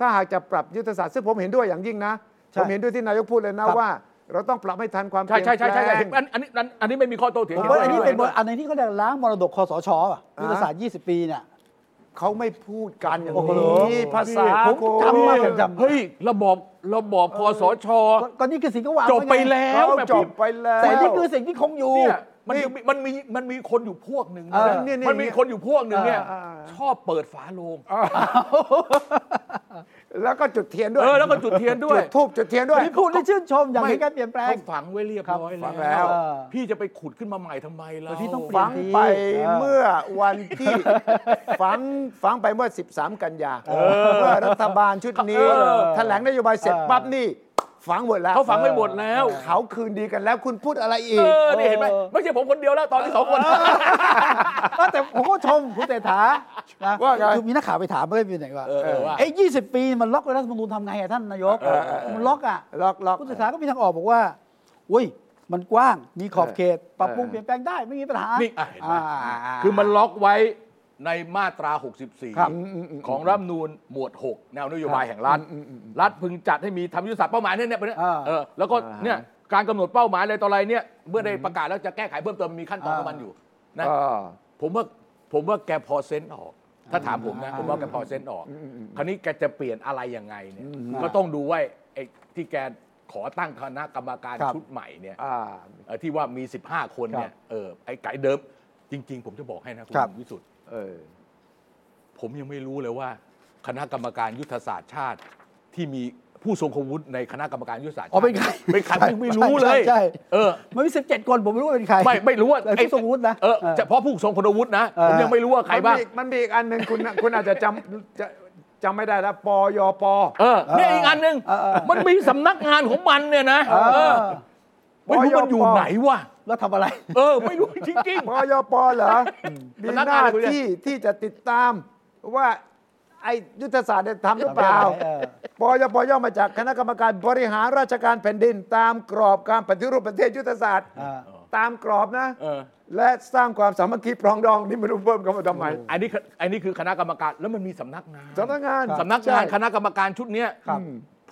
B: ถ้าหากจะปรับยุทธศาสตร์ซึ่งผมเห็นด้วยอย่างยิ่งนะ
A: ใช่
B: ผมเห็นด้วยที่นายกพูดเลยนะครับ ว่า เราต้องปรับให้ทันความเป
C: ใช่
B: ลี่ยน
C: ใช่ใช่ใช่
B: แปล
C: ใช่
B: ง
C: อันอันนี้อันอันนี้ไม่มีข้อโต้เถียง
A: ผม
C: ห็
A: ว่า
C: ด้วย
A: อันนี้เป็น
C: ห็ด้วย
A: อันไหนที่เขาเรียกล้างมรดกคอสชอ่ะยุทธศาสตร์ 20 ปีเนี่ย
B: เขาไม่พูดกันอย่าง
A: โอ้โห
B: นี้ภาษา
A: ผม
B: โค
A: จำมา
B: เ
A: ผมจำ
C: เฮ้ยระบอบระบอบคอสช
A: ก็ก็นี่คือสิ่งที่วาง
C: จบไป
A: ว้ง
C: แล้ว
B: ขา
C: แบบ
B: จบไปแล้ว
A: แต่นี่คือสิ่งที่คงอยู่
C: เนี่ยมันยังมีมันมีมันมีคนอยู่พวกหนึ่ง
A: เออ
C: นะ
B: เนี่ยเนี่ย
C: มันมีคนอยู่พวกหนึ่งเนี่ย
B: เออเออ
C: ชอบเปิดฝาโลง
B: แล้วก็จุดเทียนด้วย
C: เออแล้วก็จุดเทียนด้วย
B: จุดทูบจุดเทียนด้วย
A: นี่พูดได้ชื่นชมอย่างเห็นการเปลี่ยนแปลง
C: เขาฝังไว้เรียบร้อย
B: ครับฝังแล้
C: แล้ว ว พี่จะไปขุดขึ้นมาใหม่ทำไมเรา
A: แต่พี่ต้องเปลี่ยน
B: ฝังไป
A: เออ
B: เมื่อวันที่
C: [laughs]
B: ฝังฝังไปเมื่อ 13 กันยาเมื่อรัฐบาลชุดนี้แถลงนโยบายเสร็จปั๊บนี่ ฝังหมดแล้ว
C: เขาฝังไว้หมดแล้ว
B: เขาคืนดีกันแล้วคุณพูดอะไรอี
C: เอก อนี่เห็นไหมไม่ใช่ผมคนเดียวแล้วตอนที่สองคน
A: เออแต่ผมก็ชมคุณเศรษฐานะ
B: ว่าไง
A: คือมีนักข่าวไปถามเพื่อนอยู่ไหนว่า
C: เออเออว่า
A: ไอ้ยี่สิบปีมันล็อกไว้รัฐธรรมนูญทำไงอะท่านนายก
B: เออเออเออ
A: มันล็อกอ่ะ
B: ล็อกล็อก
A: คุณเศรษฐาก็มีทางออกบอกว่า อุ้ย มันกว้าง มีขอบเขต ปรับปรุง
B: เออ
A: เปลี่ยนแปลงได้ ไม่มีปัญหา
C: นี่อ่ะเห็นไหม
A: นี่า
C: คือมันล็อกไว้ในมาตรา
A: ครับ
C: 64 ของรัฐธรรมนูญหมวด 6 แนวนโยบายแห่งรัฐ รัฐพึงจัดให้มีทำยุทธศาสตร์เป้าหมายเนี่ยเนี่ยไปเนี่ย
A: อ่า
C: เออแล้วก็เนี่ยการกำหนดเป้าหมายอะไรต่ออะไรเนี่ยเมื่อได้ประกาศแล้วจะแก้ไขเพิ่มเติมมีขั้นตอนของมันอยู่นะ
B: อ่า
C: ผมว่าผมว่าแกพอเซนต์ออก ถ้าถามผมนะผมว่าแกพอเซนต์ออก คราวนี้แกจะเปลี่ยนอะไรยังไงเนี่ยก็ต้องดูว่าไอ้ที่แกขอตั้งคณะกรรมการ
A: ครับ
C: ชุดใหม่เนี่ย
B: อ่า
C: เอ่อที่ว่ามี 15 คนเนี่ย เออ ไอ้ไก่เดิม จริง ๆ ผมจะบอกให้นะ คุณ
A: ครับ
C: วิสุทธ์
B: เออ
C: ผมยังไม่รู้เลยว่า คณะกรรมการยุทธศาสตร์ชาติที่มีผู้ทรงคุณวุฒิในคณะกรรมการยุทธศาสตร์ชาติ
A: อ๋อเป็นใคร
C: เป็นใคร
A: ใช่
C: ไม่ไม่รู้เลย
A: ใช่ใช่
C: เออ
A: มันมีสิบเจ็ดคน ผมไม่รู้ว่าเป็นใคร
C: ไม่ไม่รู้ว่า
A: แต่ผู้ทรงวุฒินะ
C: เออ
A: เออ
C: เฉพาะผู้ทรงคุณวุฒินะ
A: เออ
C: ผมยังไม่รู้ว่าใครบ้าง
B: มันมีอีกมันมีอีกอันหนึ่งคุณน่ะคุณอาจจะจำจะจำไม่ได้แล้วปยป
C: เออเนี่ยอีกอันหนึ่ง
A: เออเออ
C: มันมีสำนักงานของมันเนี่ยนะ
A: เอ
C: เออ
A: อ
C: ไม่รู้มันอยู่
B: ปยป
C: ไหนวะ
A: แล้วทำอะไร
C: เออ ไม่รู้จริง
B: ปยปเหรอมี
C: พนัก
B: ห
C: งา
B: น้าน
C: คุณเนี่ย
B: ที่ที่จะติดตามว่าไอ้ยุทธศาสตร์เนี่ยทำหรือเปล่า
A: ทำอะไรเออ
B: ปยปย่อมาจากคณะกรรมการบริหารราชการแผ่นดิน ตามกรอบการปฏิรูปประเทศยุทธศาสตร์
A: อ่า
B: ตามกรอบนะ
C: ๆ เออ
B: และสร้างความสามัคคีปรองดอง นี่ไม่รู้เพิ่มเข้ามาทำไม
C: อันนี้คืออันนี้คือคณะกรรมการแล้วมันมีสำนักงาน
B: สำนักงาน
C: สำนักงาน
B: ใช่
C: คณะกรรมการชุดเนี้ย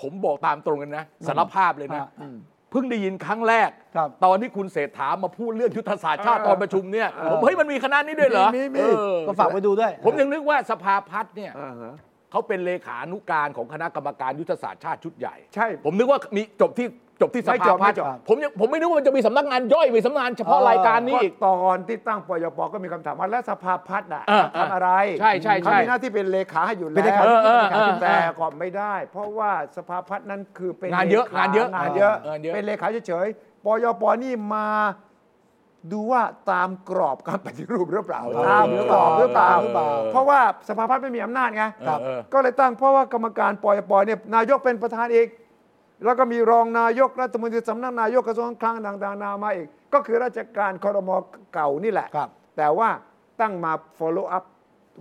C: ผมบอกตามตรงกันนะสารภาพเลยนะ
A: อ่ะอืม
C: เพิ่งได้ยินครั้งแรก
A: ครับ
C: ตอนที่คุณเศรษฐามาพูดเรื่องยุทธศาสตร์ชาติ
B: เออ
C: ตอนประชุมเนี่ยผมเฮ้ยมันมีคณะนี้ด้วยเหรอ
B: มีมีมี
C: เออ
A: ก็ฝากไปดูด้วย
C: ผมยังนึกว่าสภาพัฒน์เนี่ย
B: อ่าฮะ
C: เขาเป็นเลขานุการของคณะกรรมการยุทธศาสตร์ชาติชุดใหญ่
B: ใช่
C: ผมนึกว่ามีจบที่จบที่ส
B: ไม่จ
C: ภา
B: บ
C: พัฒน์
B: ไม่จบ
C: ผมยังผมไม่นึกว่ามันจะมีสำนักงานย่อยมีสำนักงานเฉพาะ
A: เออ
C: รายการนี้อีก
B: ก็ตอนที่ตั้งปยปก็มีคำถามว่าแล้วสภาพัฒน์อ่ะ
C: เออ
B: ทำอะไร
C: ใช่ใช่ใช่
B: เขามีหน้าที่เป็นเลขาให้อยู่แล้ว
A: เป็นเลขา
C: เออเออ
B: เป็น
C: เอ
B: เลขา
C: อ
B: แต่ก็ไม่ได้ เพราะว่าสภาพัฒน์นั้นคือเป็น
C: งานเยอะ
B: ลข
C: งานเยอะ
B: งานเยอะ
C: งานเยอะ
B: เป็นเลขาเฉยๆปยปนี่มาดูว่าตามกรอบการปฏิรูปหรือเปล่าตามกรอบหรือเปล่า เพราะว่าสภาพัฒน์ไม่มีอำนาจไง
C: ครับเออ
B: ก็เลยตั้งเพราะว่ากรรมการปยปเนี่ยนายกเป็นประธานเองแล้วก็มีรองนายกรัฐมนตรีสำนักนายกกระทรวงคลังต่างๆนามาอีก ก็คือราชการคอรมอเก่านี่แหละ
A: ครับ
B: แต่ว่าตั้งมา follow up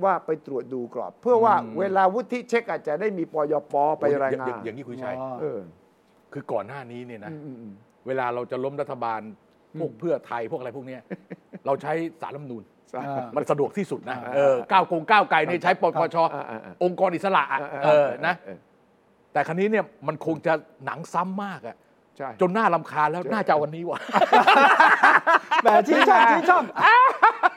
B: ว่าไปตรวจดูกรอบ เพื่อว่าเวลาวุฒิเช็คอาจจะได้มีปยปไปรายงาน
C: อย่างนี้คุยชัย
A: อ๋อ
B: เออ
C: คือก่อนหน้านี้เนี่ยนะเวลาเราจะล้มรัฐบาลพวกเพื่อไทยพวกอะไรพวกเนี้ย เราใช้สารรัฐธรรมนูน
A: อ่า
C: มันสะดวกที่สุดนะเออก้าวกงก้าวไกลเนี่ยใช้ปปช
B: อ่าอ่าอ่า
C: องค์กรอิสระอะเออนะ
B: เออ
C: แต่ครั้นี้เนี่ยมันคงจะหนังซ้ำมากอะ
B: ใช่
C: จนหน้าลำคาญแล้วน่าจะเอาวันนี้ว่ะ
A: แต่ที่ชอบที่ชอบ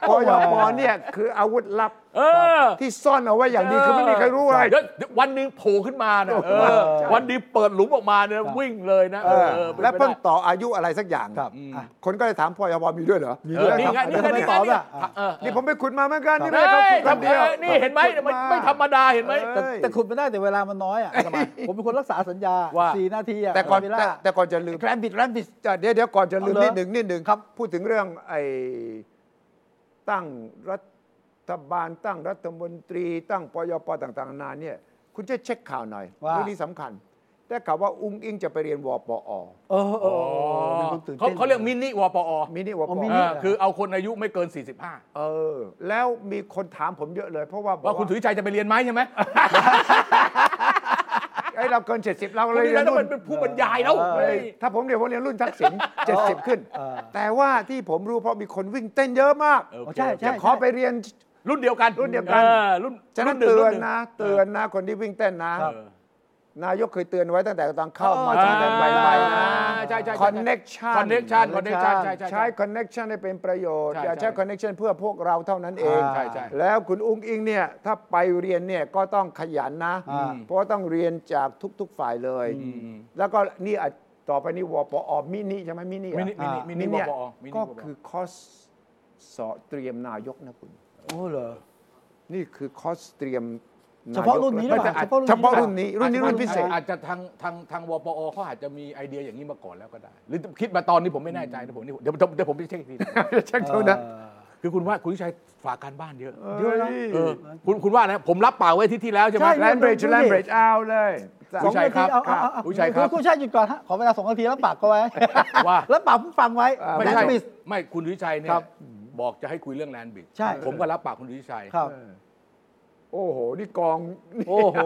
B: ปยปเนี่ยคืออาวุธลับ
C: เออ
B: ที่ซ่อนเอาไว้อย่างดีคือไม่มีใครรู้อะไร
C: เดี๋ยวเดี๋ยววันหนึงโผล่ขึ้นมานะเออ
B: ใช่
C: วันนี้เปิดหลุมออกมาเนี่ยวิ่งเลยนะ
B: เออ
C: เออป็นไปได้
B: และเพิ่งต่ออายุอะไรสักอย่าง
A: ครับ
B: อืม
A: อ่ะ
B: คนก็เลยถามปยปมีด้วยเหรอ
C: เออนี่ไง
B: ครับ
C: นี่ไง
A: แต่ทำไม
C: นี่ไง
A: ตอบ
C: นี่
A: อ่ะ
C: เออ
B: นี่ผมไปขุดมาเหมือนกันนี่ไม่
C: เฮ้
B: ได้เขา
C: ย
B: ขุดคน
C: ทำเอ
B: เดียว
C: อนี่เห็นไหมไม่ไม่ธรรมดาเห็นไหม
A: แต่แต่ขุดไม่ได้แต่เวลามันน้อยอ่ะผมเป็นคนรักษาสัญญา
C: ว่า
A: สี่นาทีอ่ะ
B: แต่ก่อน
A: เวลา
B: แต่แต่ก่อนจะลืม
A: แกรมบิดแกรมบิด
B: เดี๋ยวเดี๋ยวก่อนจะลืม
A: เอาเหรอ
B: นิดหนึ่งนิดหนึ่งครับ พูดถึงเรื่องไอ้ตั้งรัฐบาลตั้งรัฐมนตรี ตั้งปยปต่างๆนานาเนี่ย คุณจะเช็คข่าวหน่อย
A: ว่า
B: เรื่องนี้สำคัญ แต่ข่าวว่าอุ้งอิงจะไปเรียนวปอ
A: เออเออเออมีคนตื่น
C: เขา
A: ต้น
C: เขาเรียกมินิวปอ
B: มินิวป
A: อ๋อ
B: อ
A: มินิ
C: เออคือเอาคนอายุไม่เกิน 45
B: เออ แล้วมีคนถามผมเยอะเลย เพราะว่า
C: ว่าคุณสุวิชัยจะไปเรียนไหมใช่ไหม
B: ไอ้ยเราเกิน 70 เรา
C: คุณ
B: เลย
C: นี่
B: เรีย
C: นะ
B: น
C: ต้อง
B: รุ่น
C: เป็นผู้บรรยายแล้ว
A: เออ
C: เฮ้ย
B: ถ้าผมเรียนผมเรียนรุ่นทักษิ
C: [laughs]
B: ณ70 ขึ้น
A: เออ
B: แต่ว่าที่ผมรู้เพราะมีคนวิ่งเต้นเยอะมาก
C: เออ
A: อ๋อใช่ใช่
B: ขอไปเรียน
C: รุ่นเดียวกัน
B: รุ่นเดียวกัน
C: ออรุ่น
B: ฉะนั้น
C: รุ่หง
B: เตือน
C: รุ่หง
B: นะ เตือนนะคนที่วิ่งเต้นนะ
C: เออ
B: นายกเคยเตือนไว้ตั้งแต่ตอนเข้ามา
C: เออ
B: ตั้งแต่ใบๆนะ
C: ใช่ใช่ใช่
B: คอนเน็กชัน
C: connection connection ใช่ใช่ใช่
B: ใช้คอนเน็กชันให้เป็นประโยชน์
C: ใช่
B: อย่าใช้
C: ใช่
B: คอนเน็กชันเพื่อพวกเราเท่านั้นเอง
C: ใช่ใช่
B: แล้วคุณอุ้งอิงเนี่ยถ้าไปเรียนเนี่ยก็ต้องขยันนะ
A: อืม
B: เพราะว่าต้องเรียนจากทุก ๆฝ่ายเลย แล้วก็นี่อาจต่อไปนี่วปอมินิใช่ไหมมินิอะ
C: มินิมินิ
B: อ่า
C: มินิ
B: เนี่ยว
C: ปอมินิ
B: ก็
C: วปอ
B: คือคอสสอเตรียมนายกนะคุณ
A: โอ้เหรอ
B: นี่คือคอสเตรียมยก
A: เฉพาะรุ่นนี้หรือเปล่า
B: ไม่แต่เฉพาะรุ่นนี้ รุ่นนี้รุ่นพิเศษ
C: อาจจะทางทางทางวปอเขาอาจจะมีไอเดียอย่างนี้มาก่อนแล้วก็ได้ หรือคิดมาตอนนี้ผมไม่แน่ใจนะผมนี่เดี๋ยวเดี๋ยวผมไปเช็คอีกทีนะ
B: เช็คเท่านั้น
A: เออ
C: คือคุณว่าคุณวิชัยฝากการบ้านเยอะ
A: เดี๋ยวนะ
C: เออคุณคุณว่านะผมรับปากไว้อาที่ที่แล้วใช่ไหม
A: ใช่
B: แลนบริดจ์แลนบริดจ์เอาเลย
A: สอง
C: ชัย
A: นา
C: ครั
A: ที
C: บ
A: เอาเอาเอา
C: ผู้ชัยครับ
A: ณผู้ชายหยุดก่อนฮะขอเวลาสองนาทีแล้วปากก็ไว้
C: ว่า
A: แล้วปากผู้ฟังไว้
C: ไม่
A: แลน
C: ใช่
A: ด์บิส
C: ไม่คุณวิชัยเนี่ย
A: ครับ
C: บอกจะให้คุยเรื่องแลนด์บิด
A: ใช่
C: ผมก็รับปากคุณวิชัย
A: ครับ
B: โอ้โห นี่กองนี่
A: โอ้โห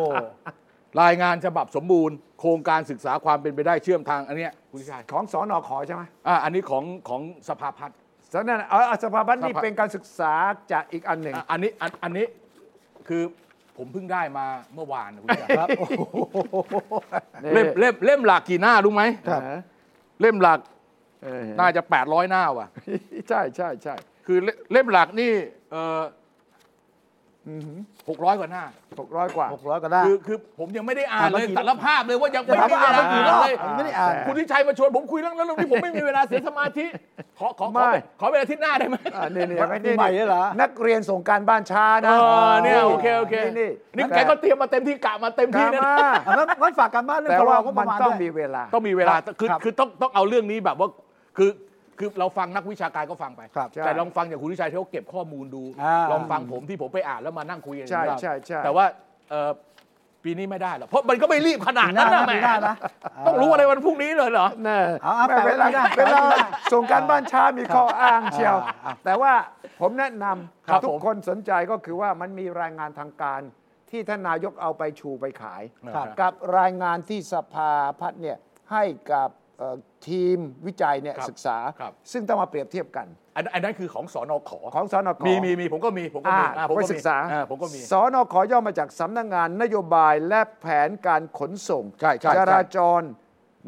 C: รายงานฉบับสมบูรณ์ โครงการศึกษาความเป็นไปได้เชื่อมทางอันเนี้ยคุณวิชัย
B: ของสอนอขอใช่ไหม
C: อ่าอันนี้ของของสภาพัฒน์
B: สนั่นเอาเอาสภาพัฒน์นี่
C: สภา
B: เป็นการศึกษาจากอีกอันหนึ่ง
C: อ่ะอันนี้อันอันนี้คือผมเพิ่งได้มาเมื่อวานนะคุณวิชัย
A: ครับโอ้โห
C: เล่มเล่มเล่มหลักกี่หน้ารู้ไหม
B: ครับ
C: เล่มหลัก
B: เออ
C: น่าจะ 800 หน้าว่ะ
B: ใช่ใช่ใช่
C: คือเล่เล่มหลักนี่เออหกร้อยกว่าหน้า
B: หกร้อยกว่า
A: หกร้อยก็ได้
C: คือคือผมยังไม่ได้อ่านเล
A: อ่าน
C: ย
A: มากี่
C: สารภาพเลยว่ายังไม่
A: ถามว่าอ่านน
C: ได้อ่า
A: มากี่รอบ
C: เลย
A: อ่านไม่ได้อ่าน
C: คุณทิชัยมาชวนผมคุยเรื่องนั้นเรื่องนี้ผมไม่มีเวลาเสียสมาธิ ขอขอข
B: ไม่
C: อขอเวลาอาทิตย์หน้าได้ไหม
B: อ่านี่นี่
A: วันปีใหม่ด้วยเหรอ
B: นักเรียนส่งการบ้านช้า
C: เอ
B: นะ
C: อเนี่ยโอเคโอเค
B: นี่
C: นี่แกก็เตรียมมาเต็มที่กะมาเต็มที่
B: กา
C: นะ
B: มา
A: อ่ะงั้นงั้นฝากการบ้านเรื่อง
B: แต่
A: พร
B: ว่า
A: บงบป
B: มั
A: ระ
B: น
A: มาณ
B: ต้อง
A: ด้วย
B: มีเวลา
C: ต้องมีเวลาคือ
A: ครับ
C: คือต้องต้องเอาเรื่องนี้แบบว่าคือคือเราฟังนักวิชาการก็ฟังไป
A: ครับ
C: แต่ลองฟังจากคุณทิชัยที่เขาเก็บข้อมูลดู
A: อ่า
C: ลองฟังผมที่ผมไปอ่านแล้วมานั่งคุยกัน
B: ใช่
C: ครับ
B: ใช่ใช่
C: แต่ว่าเอ่อปีนี้ไม่ได้หรอกเพราะมันก็ไม่รีบขนาดนั้นนะแหม
A: ปีหน้านะ
C: ต้องรู้อะไรวันพรุ่งนี้เลยเหรอ
B: แน่
A: เอาเอา
B: ไม่เวลา
A: แปะไว้ไม่ได้
B: เวลาส่งการบ้านช้ามีข้ออ้างเชียว
A: อ่าอ่า
B: แต่ว่าผมแนะน
C: ครับ
B: ำทุ
C: ผ
B: ก
C: ม
B: คนสนใจก็คือว่ามันมีรายงานทางการที่ท่านนายกเอาไปชูไปขาย
A: ครับ
B: กับรายงานที่สภาพัฒน์เนี่ยให้กับเอ่อทีมวิจัยเนี่ย
C: ครับ
B: ศึกษา
C: ครับ
B: ซึ่งต้องมาเปรียบเทียบกัน
C: อันอันนั้นคือของสอนอขอ
B: ของสนก
C: มีมีมีผมก็มีผมก็มีอ่าผม
B: ไป
C: ก็มี
B: ศึกษา
C: อ่าผมก็มี
B: สนกย่อมาจากสำนักงานนโยบายและแผนการขนส่ง
C: ใช่ใช่
B: จ
C: ใช่
B: ราจร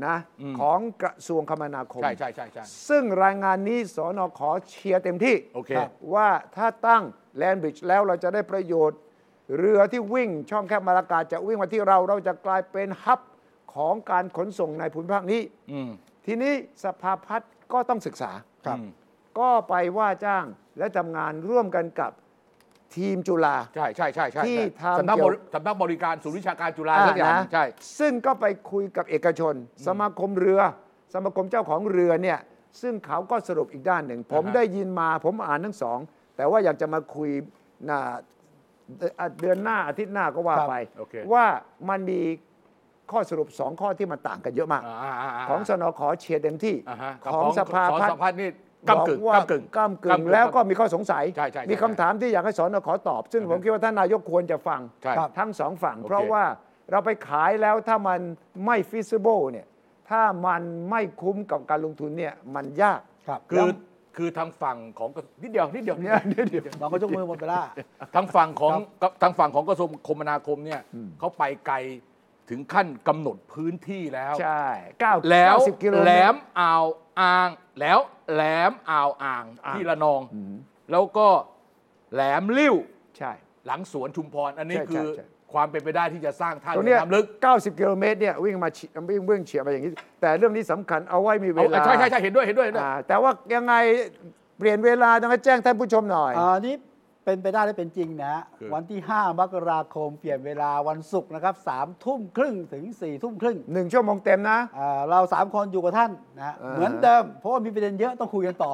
B: นะ
C: อืม
B: ของกระทรวงคมนาคม
C: ใช่ใช่ใช่ใช่
B: ซึ่งรายงานนี้สอนอขอเชียร์เต็มที่
C: โอเค
B: รับว่าถ้าตั้งแลนบริดจ์แล้วเราจะได้ประโยชน์ เรือที่วิ่งช่องแคบมาลากาจะวิ่งมาที่เราเราจะกลายเป็นฮับของการขนส่งในภูมิภาคนี้
C: อืม
B: ทีนี้สภาพัฒน์ก็ต้องศึกษา
C: ครับ
B: ก็ไปว่าจ้างและทำงานร่วมกันกับทีมจุฬา
C: ใช่ใช่ใช่ใช่
B: ที่
C: ใช่
B: ทำ
C: สำนัก
B: เกี่
C: บ
B: ยว
C: ริสำนักบริการศูนย์วิชาการจุฬาสักอย่าง
B: อ่านะ
C: ใช่
B: ซึ่งก็ไปคุยกับเอกชน สมาคมเรือ สมาคมเจ้าของเรือเนี่ยซึ่งเขาก็สรุปอีกด้านหนึ่ง ผม
C: อ่าฮะ
B: ได้ยินมาผมอ่านทั้งสอง แต่ว่าอยากจะมาคุยนะเอ่อเดือนหน้าอาทิตย์หน้าก็ว่าไป
C: โอเค
B: ว่ามันมีข้อสรุปสองข้อที่มันต่างกันเยอะมาก
C: อ่าอ่าา
B: ของสนขอเชียร์เต็มที่
C: าฮะ
B: ของสภา
C: ของ
B: พั
C: ส
B: ฒ
C: ภาพัฒ
B: น์
C: น์นี่
B: บอก
C: กำกึ่ง
B: ว่าก
C: ำกึ่ง
B: ก้ำกึ่ง
C: ำ
B: แล้วก็มี
C: ำ
B: ข้อสงสัย
C: ใช่ใช่ใช่
B: มีคำถามที่อยากให้สนขอตอบ ซึ่งผมคิดว่าท่านนายกควรจะฟัง
C: ใช่
B: ทั้งสองฝั่ง
C: โอเค
B: เพราะว่าเราไปขายแล้วถ้ามันไม่ feasible เนี่ยถ้ามันไม่คุ้มกับการลงทุนเนี่ยมันยาก
A: ครับ
C: คือ คือทางฝั่งของกระนิดเดียวนิดเดียว
B: เนี่ยเดี๋ยว
A: เราก็ยกมือหมดเวลา
C: ทางฝั่งของทางฝั่งของกระทรวงคมนาคมเนี่ยเขาไปไกลถึงขั้นกำหนดพื้นที่แล้ว
B: ใช่เก้า
C: แล้ว
B: เก้าสิบกิโล
C: แหล
B: เมต
C: ม
B: ร
C: อ่าวอ่าง แล้วแหลมอ่าวอ่าง
B: อ่าง
C: ที่ระนอง แล้วก็แหลมลิ้ว
B: ใช่
C: หลังสวนชุมพร อันนี้
B: ใช่
C: คือ
B: ใช่ใช่
C: ความเป็นไปได้ที่จะสร้างท่า
B: ตร
C: เรื
B: ง
C: อ
B: เนี้ย
C: น้ำลึก
B: 90 กิโลเมตรเนี่ยวิ่งมาเฉีวิ่งวิ่งเฉียบมาอย่างนี้ แต่เรื่องนี้สำคัญเอาไว้มีเว
C: เอา
B: ลา
C: ใช่ใช่ใช่เห็นด้วยเห็นด้วยเห็นด้วย
B: อ่าแต่ว่ายังไงเปลี่ยนเวลาต้องให้แจ้งท่านผู้ชมหน่อย
A: อ่านี่เป็นไปได้และเป็นจริงนะฮะ
C: คือ
A: วันที่ 5 มกราคม เปลี่ยนเวลาวันศุกร์นะครับสามทุ่มครึ่งถึง4ี่ทุ่มครึ่ง
B: หนึ่งชั่วโมงเต็มนะ
A: อ่าเราสามคนอยู่กับท่านนะฮะ
B: อ่า
A: เหมือนเดิม เพราะว่ามีประเด็นเยอะต้องคุยกันต่อ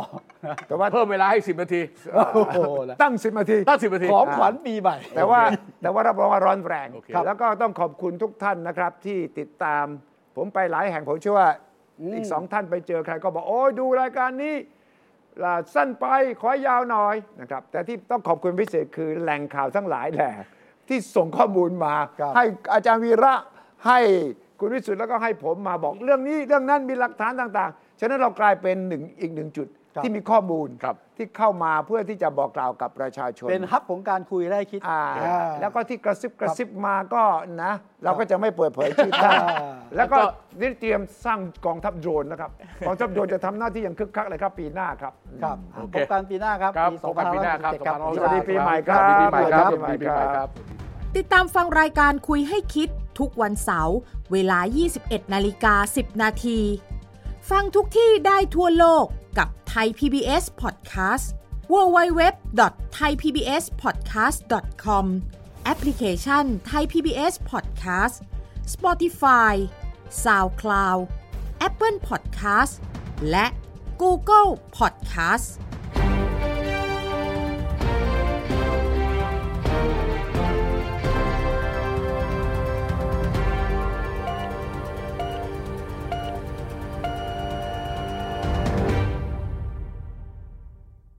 B: แต่ว่า
C: เพิ่มเวลาให้ 10 นาที
A: โอ้โหนะ
B: ตั้งสิบนาที
C: ตั้ง 10 นาที
A: ของขวัญปีใหม่
B: แต่ว่าแต่ว่ารับรองว่าร้อนแรง
C: โอเค
B: แล้วก็ต้องขอบคุณทุกท่านนะครับ ที่ติดตาม ผมไปหลายแห่งผมเชื่อว่าอีกสองท่านไปเจอใครก็บอกโอ้ยดูรายการนี้ล่ะสั้นไปขอยาวหน่อยนะครับ แต่ที่ต้องขอบคุณพิเศษคือแหล่งข่าวทั้งหลายแหละที่ส่งข้อมูลมา
A: ครับ
B: ให้อาจารย์วีระให้คุณวิสุทธ์แล้วก็ให้ผมมาบอกเรื่องนี้เรื่องนั้นมีหลักฐานต่าง ๆ ฉะนั้นเรากลายเป็นหนึ่งอีกหนึ่งจุด
A: ครับ
B: ที่มีข้อมูล
C: ครับ
B: ที่เข้ามาเพื่อที่จะบอกกล่าวกับประชาชน
A: เป็นฮับของการคุยและคิด
B: อ่า
A: อ่า
B: แล้วก็ที่กระซิบกระซิบมาก็นะ เราก็จะไม่เปิดเผยชื่อท่าน
A: อ่า
B: แล้วก็นี่เตรียมสร้างกองทัพโดรนนะครับกองทัพโดรนจะทำหน้าที่อย่างคึกคักเลยครับปีหน้าครับ
A: ครับ
C: โอเค
A: พบกันปีหน้าครับ
C: ครับ
A: ปี
C: พบกันปีหน้าครับ
A: 2567ครับ
B: สวัสดีปีใหม่ครับ
C: สวัสดีปีใหม่ครับส
B: ส
C: วั
B: วั
C: ส
B: ส
C: ดีปี
B: ดีปี
C: ให
B: ใหม่
C: ม่ค
B: ครั
C: รับ
B: บ
G: ติดตามฟังรายการคุยให้คิดทุกวันเสาร์เวลา 21 นาฬิกา 10 นาที ฟังทุกที่ได้ทั่วโลกกับ ไทย PBS Podcast www.thaipbspodcast.com แอปพลิเคชัน Thai PBS Podcast Spotify SoundCloud Apple Podcast และ Google Podcast